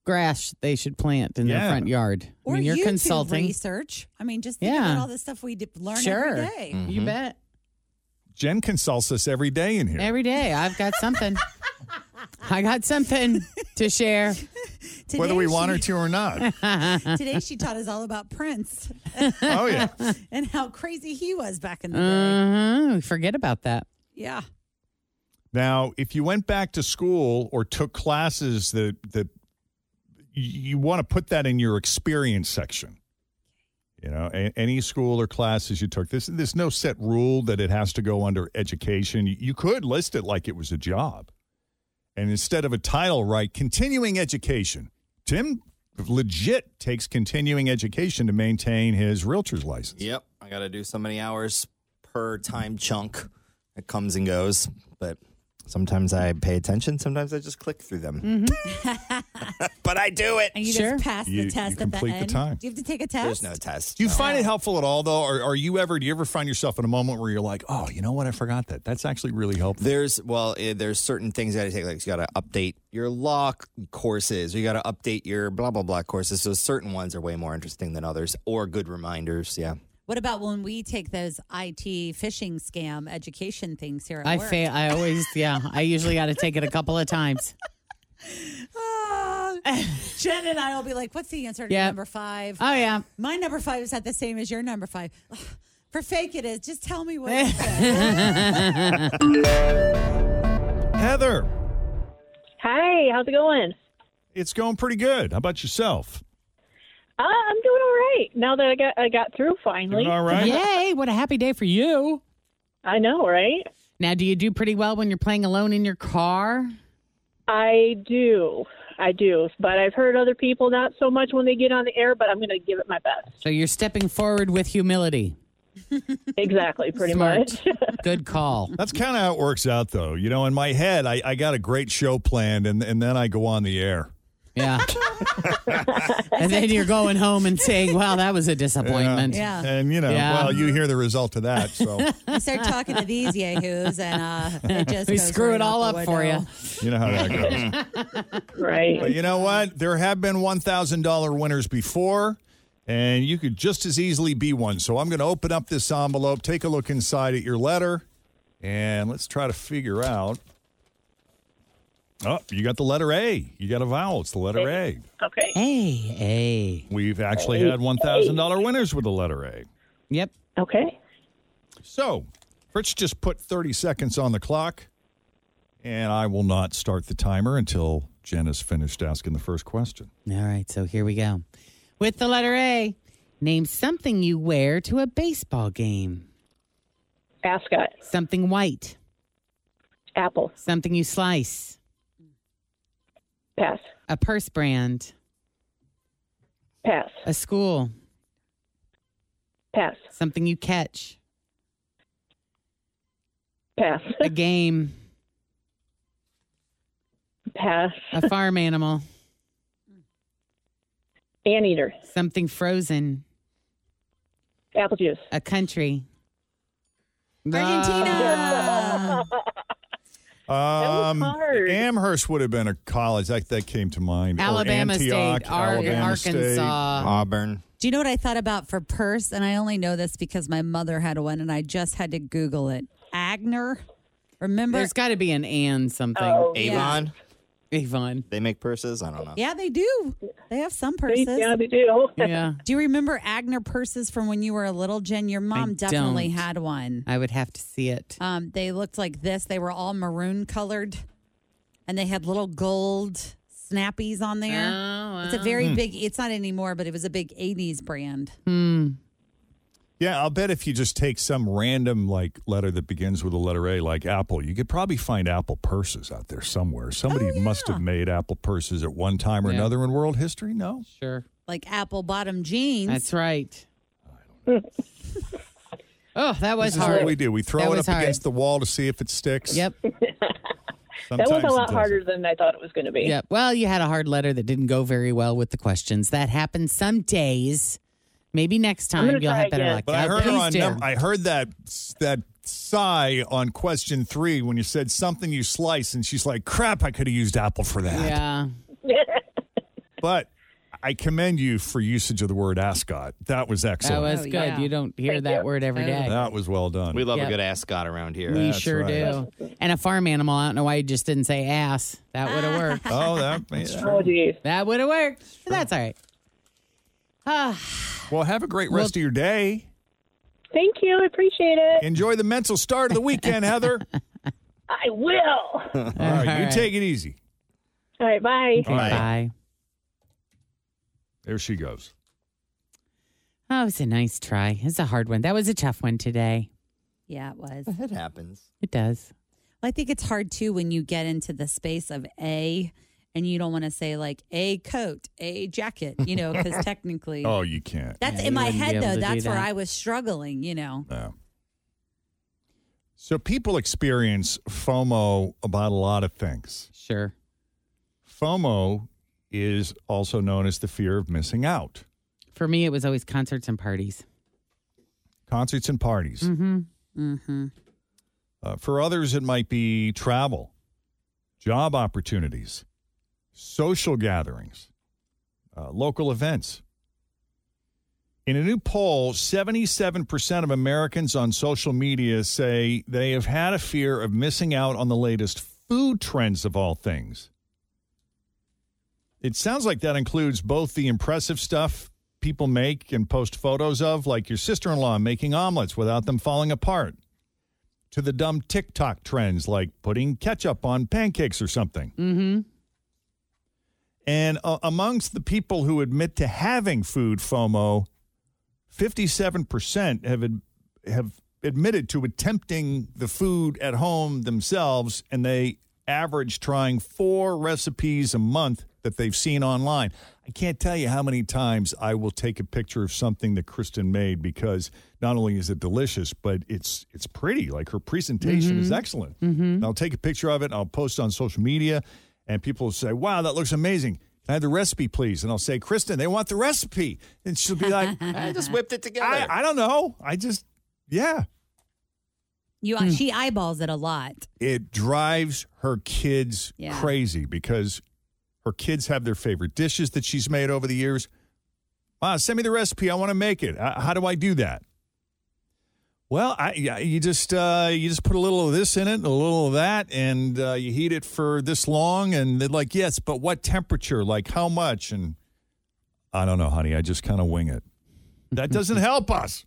Speaker 3: grass they should plant in
Speaker 2: Yeah.
Speaker 3: their front yard.
Speaker 4: Or
Speaker 3: I mean, you're
Speaker 4: you do
Speaker 3: consulting.
Speaker 4: research. I mean, just think
Speaker 3: Yeah.
Speaker 4: about all the stuff we d- learn
Speaker 3: Sure.
Speaker 4: every day.
Speaker 3: You Mhm. bet.
Speaker 2: Jen consults us every day in here.
Speaker 3: Every day, I've got something. I got something to share,
Speaker 2: Whether we want her to or not.
Speaker 4: Today she taught us all about Prince.
Speaker 2: Oh, yeah.
Speaker 4: and how crazy he was back in the day.
Speaker 3: Uh-huh. Forget about that.
Speaker 4: Yeah.
Speaker 2: Now, if you went back to school or took classes that that y- you want to put that in your experience section. You know, a- any school or classes you took. This there's no set rule that it has to go under education. You- You could list it like it was a job. And instead of a title, write continuing education. Tim legit takes continuing education to maintain his realtor's license.
Speaker 5: Yep, I got to do so many hours per time chunk. It comes and goes, but sometimes I pay attention. Sometimes I just click through them. but I do it.
Speaker 4: And you
Speaker 5: Sure.
Speaker 4: just pass
Speaker 5: You-
Speaker 4: the
Speaker 5: you
Speaker 4: test at
Speaker 5: complete the
Speaker 4: the end.
Speaker 2: time.
Speaker 4: Do you have to take a
Speaker 5: There's
Speaker 4: test?
Speaker 5: no test.
Speaker 2: Do you find it helpful at all, though? Or are you ever, do you ever find yourself in a moment where you're like, oh, you know what? I forgot that. That's actually really helpful.
Speaker 5: There's well, eh, there's certain things you got to take. Like you got to update your law c- courses. You got to update your blah blah blah courses. So certain ones are way more interesting than others, or good reminders. Yeah.
Speaker 4: What about when we take those IT phishing scam education things here at
Speaker 3: I
Speaker 4: work?
Speaker 3: fail. I always, yeah. I usually got to take it a couple of times.
Speaker 4: Jen and I will be like, "What's the answer to
Speaker 3: Yeah.
Speaker 4: number five?
Speaker 3: Oh, yeah.
Speaker 4: my number five is not the same as your number five. For fake, it is. Just tell me what. it
Speaker 2: Heather,
Speaker 1: Hi, how's it going?
Speaker 2: it's going pretty good. How about yourself?
Speaker 1: Uh, I'm doing all right now that I got I got through finally.
Speaker 2: Doing all right?
Speaker 3: Yay! What a happy day for you.
Speaker 1: I know, right?
Speaker 3: Now, do you do pretty well when you're playing alone in your car?
Speaker 1: I do, I do, but I've heard other people not so much when they get on the air. But I'm going to give it my best.
Speaker 3: So you're stepping forward with humility.
Speaker 1: Exactly, pretty much.
Speaker 3: Good call.
Speaker 2: That's kind of how it works out, though. You know, in my head, I, I got a great show planned, and, and then I go on the air.
Speaker 3: Yeah. and then you're going home and saying, wow, that was a disappointment.
Speaker 4: Yeah.
Speaker 2: And, you know,
Speaker 3: Yeah.
Speaker 2: well, you hear the result of that. So,
Speaker 4: is. we start talking to these yahoos, and uh, it just
Speaker 3: We
Speaker 4: goes
Speaker 3: screw
Speaker 4: right
Speaker 3: it all
Speaker 4: out
Speaker 3: up
Speaker 4: the
Speaker 3: for
Speaker 4: window.
Speaker 3: you.
Speaker 2: you know how that goes.
Speaker 1: Right.
Speaker 2: But you know what? There have been $1,000 winners before, and you could just as easily be one. So I'm going to open up this envelope, take a look inside at your letter, and let's try to figure out. Oh, you got the letter A. You got a vowel. It's the letter A.
Speaker 1: Okay.
Speaker 3: A,
Speaker 2: A. We've actually had $1,000 winners with the letter A.
Speaker 3: Yep.
Speaker 1: Okay.
Speaker 2: So, Fritz just put 30 seconds on the clock, and I will not start the timer until Jen has finished asking the first question.
Speaker 3: All right, so here we go. With the letter A, name something you wear to a baseball game.
Speaker 1: Ascot.
Speaker 3: Something white.
Speaker 1: Apple.
Speaker 3: Something you slice.
Speaker 1: Pass.
Speaker 3: A purse brand.
Speaker 1: Pass.
Speaker 3: A school.
Speaker 1: Pass.
Speaker 3: Something you catch.
Speaker 1: Pass.
Speaker 3: A game.
Speaker 1: Pass.
Speaker 3: A farm animal.
Speaker 1: Anteater.
Speaker 3: Something frozen.
Speaker 1: Apple juice.
Speaker 3: A country.
Speaker 4: Argentina.
Speaker 2: Um, Amherst would have been a college that that came to mind. Or
Speaker 3: Alabama State,
Speaker 2: Antioch,
Speaker 3: Ar-
Speaker 2: Alabama
Speaker 3: Arkansas.
Speaker 2: State,
Speaker 3: Um, Auburn.
Speaker 4: Do you know what I thought about for purse? And I only know this because my mother had one and I just had to Google it. Agner? Remember?
Speaker 3: There's got to be an and something.
Speaker 4: Oh, yeah.
Speaker 5: Avon.
Speaker 3: Avon.
Speaker 5: They make purses. I don't know.
Speaker 4: yeah, they do. They have some purses.
Speaker 1: yeah, they do.
Speaker 3: Yeah.
Speaker 4: Do you remember Agner purses from when you were a little, Jen? Your mom definitely
Speaker 3: don't.
Speaker 4: had one.
Speaker 3: I would have to see it.
Speaker 4: Um, they looked like this. They were all maroon colored, and they had little gold snappies on there.
Speaker 3: Oh,
Speaker 4: It's a very
Speaker 2: wow. Hmm.
Speaker 4: big. It's not anymore, but it was a big '80s brand.
Speaker 3: Hmm.
Speaker 2: Yeah, I'll bet if you just take some random like letter that begins with a letter A, like Apple, you could probably find Apple purses out there somewhere. Somebody
Speaker 1: Oh,
Speaker 2: must have made Apple purses at one time or
Speaker 3: Yeah.
Speaker 2: another in world history. No,
Speaker 3: Sure.
Speaker 4: Like apple bottom jeans.
Speaker 3: That's right. oh, that was
Speaker 2: this
Speaker 3: hard.
Speaker 2: is what we do. We
Speaker 3: That
Speaker 2: throw it
Speaker 3: was
Speaker 2: up
Speaker 3: hard.
Speaker 2: against the wall to see if it sticks.
Speaker 3: Yep.
Speaker 2: Sometimes
Speaker 1: that was a
Speaker 2: it
Speaker 1: lot
Speaker 2: doesn't.
Speaker 1: harder than I thought it was going to be.
Speaker 3: Yeah. Well, you had a hard letter that didn't go very well with the questions. That happens some days. Maybe next
Speaker 1: I'm
Speaker 3: time
Speaker 1: gonna
Speaker 3: you'll
Speaker 1: try
Speaker 3: have better
Speaker 1: again.
Speaker 3: luck.
Speaker 2: But I
Speaker 3: Oh,
Speaker 2: heard, her
Speaker 3: please
Speaker 2: on
Speaker 3: do.
Speaker 2: num- I heard that that sigh on question three when you said something you slice, and she's like, "Crap, I could have used apple for that."
Speaker 3: yeah.
Speaker 2: But I commend you for usage of the word ascot. That was
Speaker 3: That
Speaker 2: excellent.
Speaker 3: was good. You Oh. don't hear that word every day.
Speaker 2: That was well done.
Speaker 5: We love
Speaker 3: Yep.
Speaker 5: a good ascot around here.
Speaker 3: We sure do. And a farm animal. I don't know why you just didn't say ass. That would have worked.
Speaker 2: Oh, that. yeah.
Speaker 1: Oh, geez.
Speaker 3: That would have worked. But that's all right. Ah,
Speaker 2: Well, have a great rest of your day.
Speaker 1: Thank you. I appreciate it.
Speaker 2: Enjoy the mental start of the weekend, Heather.
Speaker 1: I will.
Speaker 2: All right, you
Speaker 3: right.
Speaker 2: take it easy.
Speaker 1: All right. Bye.
Speaker 3: okay, bye.
Speaker 2: There she goes.
Speaker 3: Oh, it was a nice try. It was a hard one. That was a tough one today.
Speaker 4: Yeah, it was.
Speaker 5: It happens.
Speaker 3: It does.
Speaker 4: I think it's hard too when you get into the space of a, and you don't want to say like a coat, a jacket, you know, because technically
Speaker 2: Oh, you can't.
Speaker 4: that's
Speaker 3: Yeah, you
Speaker 4: in my
Speaker 3: wouldn't be
Speaker 4: head
Speaker 3: able to
Speaker 4: though.
Speaker 3: do
Speaker 4: That's where
Speaker 3: that.
Speaker 4: I was struggling. You know,
Speaker 2: No. So people experience FOMO about a lot of things.
Speaker 3: Sure.
Speaker 2: FOMO is also known as the fear of missing out.
Speaker 3: For me, it was always concerts and parties.
Speaker 2: Concerts and parties.
Speaker 3: Mm-hmm.
Speaker 4: mm-hmm.
Speaker 2: Uh, for others, it might be travel, job opportunities, social gatherings, uh, local events. In a new poll, 77% of Americans on social media say they have had a fear of missing out on the latest food trends of all things. It sounds like that includes both the impressive stuff people make and post photos of, like your sister in law making omelets without them falling apart to the dumb TikTok trends like putting ketchup on pancakes or something.
Speaker 3: Mm-hmm.
Speaker 2: And uh, amongst the people who admit to having food FOMO, 57% have ad- have admitted to attempting the food at home themselves and they average trying four recipes a month that they've seen online. I can't tell you how many times I will take a picture of something that Kristen made because not only is it delicious, but it's it's pretty. Like her presentation is
Speaker 3: Mhm.
Speaker 2: excellent.
Speaker 3: Mm-hmm.
Speaker 2: And I'll take a picture of it and I'll post on social media. And people will say, wow, that looks amazing. Can I have the recipe, please? And I'll say, Kristen, they want the recipe. And she'll be like,
Speaker 5: I just whipped it together.
Speaker 2: I, I don't know. I just, yeah.
Speaker 4: you
Speaker 3: Hmm.
Speaker 4: she eyeballs it a lot.
Speaker 2: It drives her kids
Speaker 4: Yeah.
Speaker 2: crazy because her kids have their favorite dishes that she's made over the years. Ma, send me the recipe. I want to make it. Uh, How do I do that? Well, I, yeah, you just uh, you just put a little of this in it, and a little of that, and uh, you heat it for this long, and they're like, yes, but what temperature? Like how much? And I don't know, honey. I just kind of wing it. That doesn't help us.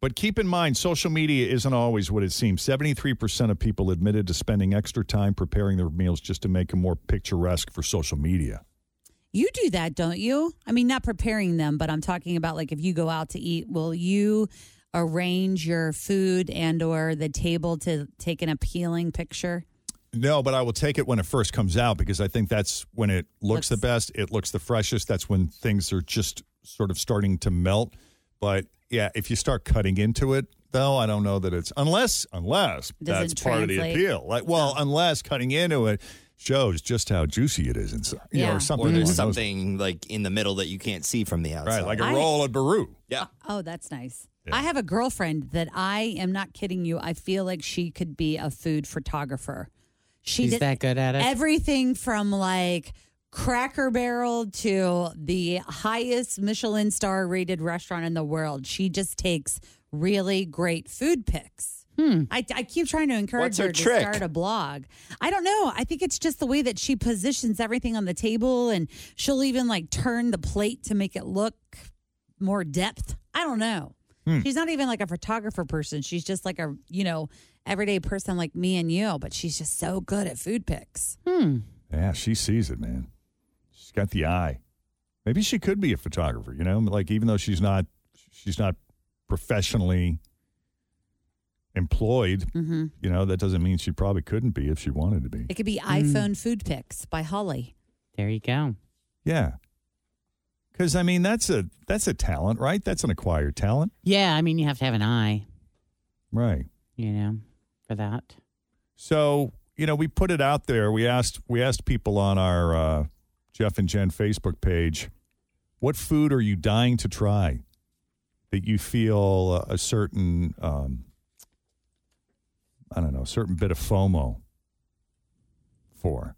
Speaker 2: But keep in mind, social media isn't always what it seems. 73% of people admitted to spending extra time preparing their meals just to make them more picturesque for social media.
Speaker 4: You do that, don't you? I mean, not preparing them, but I'm talking about like if you go out to eat, will you arrange your food and or the table to take an appealing picture?
Speaker 2: No, but I will take it when it first comes out because I think that's when it looks, the best. It looks the freshest. That's when things are just sort of starting to melt. But yeah, if you start cutting into it, though, I don't know that it's unless unless
Speaker 4: Does it
Speaker 2: that's part of the
Speaker 4: translate?
Speaker 2: appeal. Like, well, unless cutting into it shows just how juicy it is inside, you know, or something.
Speaker 5: Or
Speaker 2: along
Speaker 5: there's
Speaker 2: those-
Speaker 5: Mm-hmm. something like in the middle that you can't see from the outside.
Speaker 2: like a I- roll of Baru.
Speaker 5: Yeah.
Speaker 4: Oh, that's nice. I have a girlfriend that I am not kidding you. I feel like she could be a food photographer. She
Speaker 3: She's
Speaker 4: did
Speaker 3: that good at it.
Speaker 4: everything from like Cracker Barrel to the highest Michelin star rated restaurant in the world. She just takes really great food pics. I, I keep trying to encourage
Speaker 5: What's her
Speaker 4: her, to
Speaker 5: trick?
Speaker 4: start a blog. I don't know. I think it's just the way that she positions everything on the table, and she'll even like turn the plate to make it look more depth. I don't know.
Speaker 7: Hmm.
Speaker 4: She's not even like a photographer person. She's just like a, you know, everyday person like me and you, but she's just so good at food pics.
Speaker 3: Hmm.
Speaker 2: Yeah, she sees it, man. She's got the eye. Maybe she could be a photographer, you know? Like even though she's not she's not professionally employed,
Speaker 3: Mm-hmm.
Speaker 4: Mhm.
Speaker 2: you know, that doesn't mean she probably couldn't be if she wanted to be.
Speaker 4: It could
Speaker 5: Hmm.
Speaker 4: be iPhone food pics by Holly.
Speaker 3: There you go.
Speaker 2: Yeah. Cuz I mean, that's a that's a talent, right? That's an acquired talent.
Speaker 3: Yeah, I mean, you have to have an eye,
Speaker 2: Right.
Speaker 3: you know, for that.
Speaker 2: So, you know, we put it out there. We asked we asked people on our uh, Jeff and Jen Facebook page, what food are you dying to try that you feel a, a certain um, I don't know, a certain bit of FOMO for?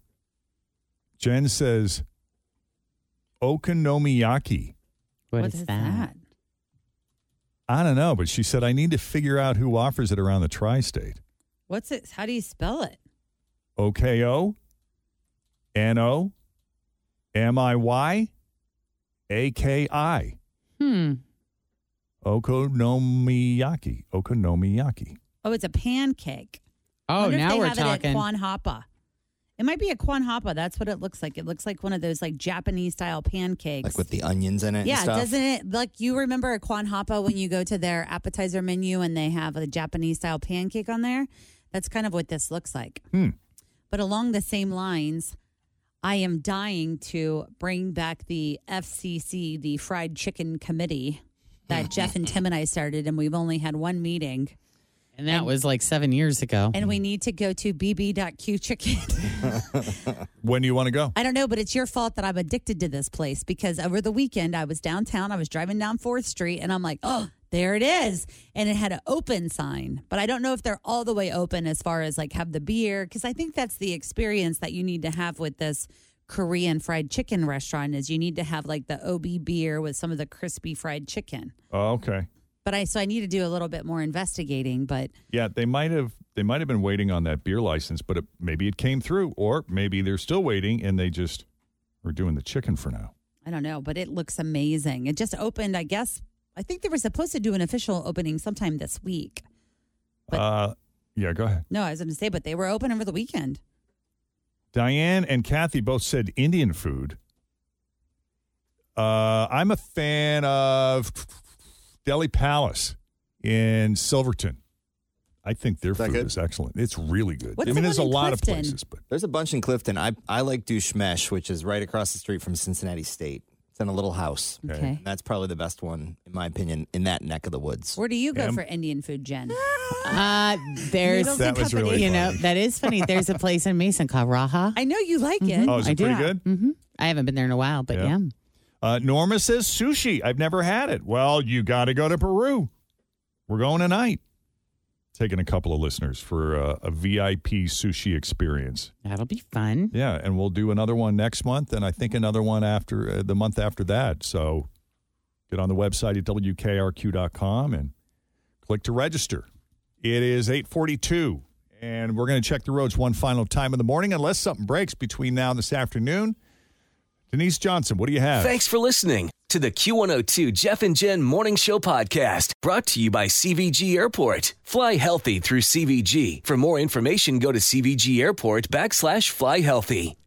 Speaker 2: Jen says okonomiyaki.
Speaker 3: what is, that?
Speaker 2: I don't know, but she said I need to figure out who offers it around the tri-state.
Speaker 4: What's it? How do you spell it?
Speaker 2: O K O N O M I Y A K I.
Speaker 3: Hmm.
Speaker 2: Okonomiyaki. Okonomiyaki.
Speaker 4: Oh, it's a pancake.
Speaker 3: Oh,
Speaker 4: Wonder if
Speaker 3: now
Speaker 4: they
Speaker 3: we're
Speaker 4: have It
Speaker 3: talking.
Speaker 4: at Kwan Hapa. It might be a Kwan Hapa. That's what it looks like. It looks like one of those like Japanese style pancakes.
Speaker 5: Like with the onions in it
Speaker 4: yeah,
Speaker 5: and stuff.
Speaker 4: doesn't it? Like you remember a Kwan Hapa when you go to their appetizer menu and they have a Japanese style pancake on there? That's kind of what this looks like.
Speaker 2: Hmm.
Speaker 4: But along the same lines, I am dying to bring back the FCC, the Fried Chicken Committee that Jeff and Tim and I started, and we've only had one meeting.
Speaker 3: And that was like seven years ago.
Speaker 4: And we need to go to bb.qchicken.
Speaker 2: when do you want to go?
Speaker 4: I don't know, but it's your fault that I'm addicted to this place because over the weekend I was downtown, I was driving down 4th Street, and I'm like, oh, there it is. And it had an open sign, but I don't know if they're all the way open as far as like have the beer, because I think that's the experience that you need to have with this Korean fried chicken restaurant is you need to have like the OB beer with some of the crispy fried chicken.
Speaker 2: Oh, okay.
Speaker 4: But I, so I need to do a little bit more investigating, but
Speaker 2: Yeah, they might have they might have been waiting on that beer license, but it, maybe it came through, or maybe they're still waiting and they just are doing the chicken for now.
Speaker 4: I don't know, but it looks amazing. It just opened, I guess. I think they were supposed to do an official opening sometime this week.
Speaker 2: uh, yeah, go ahead.
Speaker 4: No, I was going to say, but they were open over the weekend.
Speaker 2: Diane and Kathy both said Indian food. Uh, I'm a fan of Delhi Palace in Silverton. I think their food is excellent. It's really good. I mean, there's a lot of places. but
Speaker 5: there's a bunch in Clifton. I I like Douchemesh, which is right across the street from Cincinnati State. It's in a little house.
Speaker 4: Okay.
Speaker 5: And that's probably the best one, in my opinion, in that neck of the woods.
Speaker 4: Where do you go
Speaker 5: Yeah.
Speaker 4: for Indian food, Jen?
Speaker 3: Uh, there's
Speaker 4: Noodles and That was company. really
Speaker 3: you know that is funny. There's a place in Mason called Raha.
Speaker 4: I know you like
Speaker 2: it. Oh, is it pretty good?
Speaker 3: Mm-hmm. I haven't been there in a while, but yeah.
Speaker 2: Uh, Norma says sushi. I've never had it. Well, you got to go to Peru. We're going tonight. Taking a couple of listeners for uh, a VIP sushi experience.
Speaker 3: That'll be fun.
Speaker 2: Yeah, and we'll do another one next month, and I think another one after uh, the month after that. So get on the website at wkrq.com and click to register. It is 842, and we're going to check the roads one final time in the morning, unless something breaks between now and this afternoon. Denise Johnson, what do you have?
Speaker 8: Thanks for listening
Speaker 13: to the Q102 Jeff and Jen Morning Show podcast, brought to you by CVG Airport. Fly healthy through CVG. For more information, go to CVG Airport backslash fly healthy.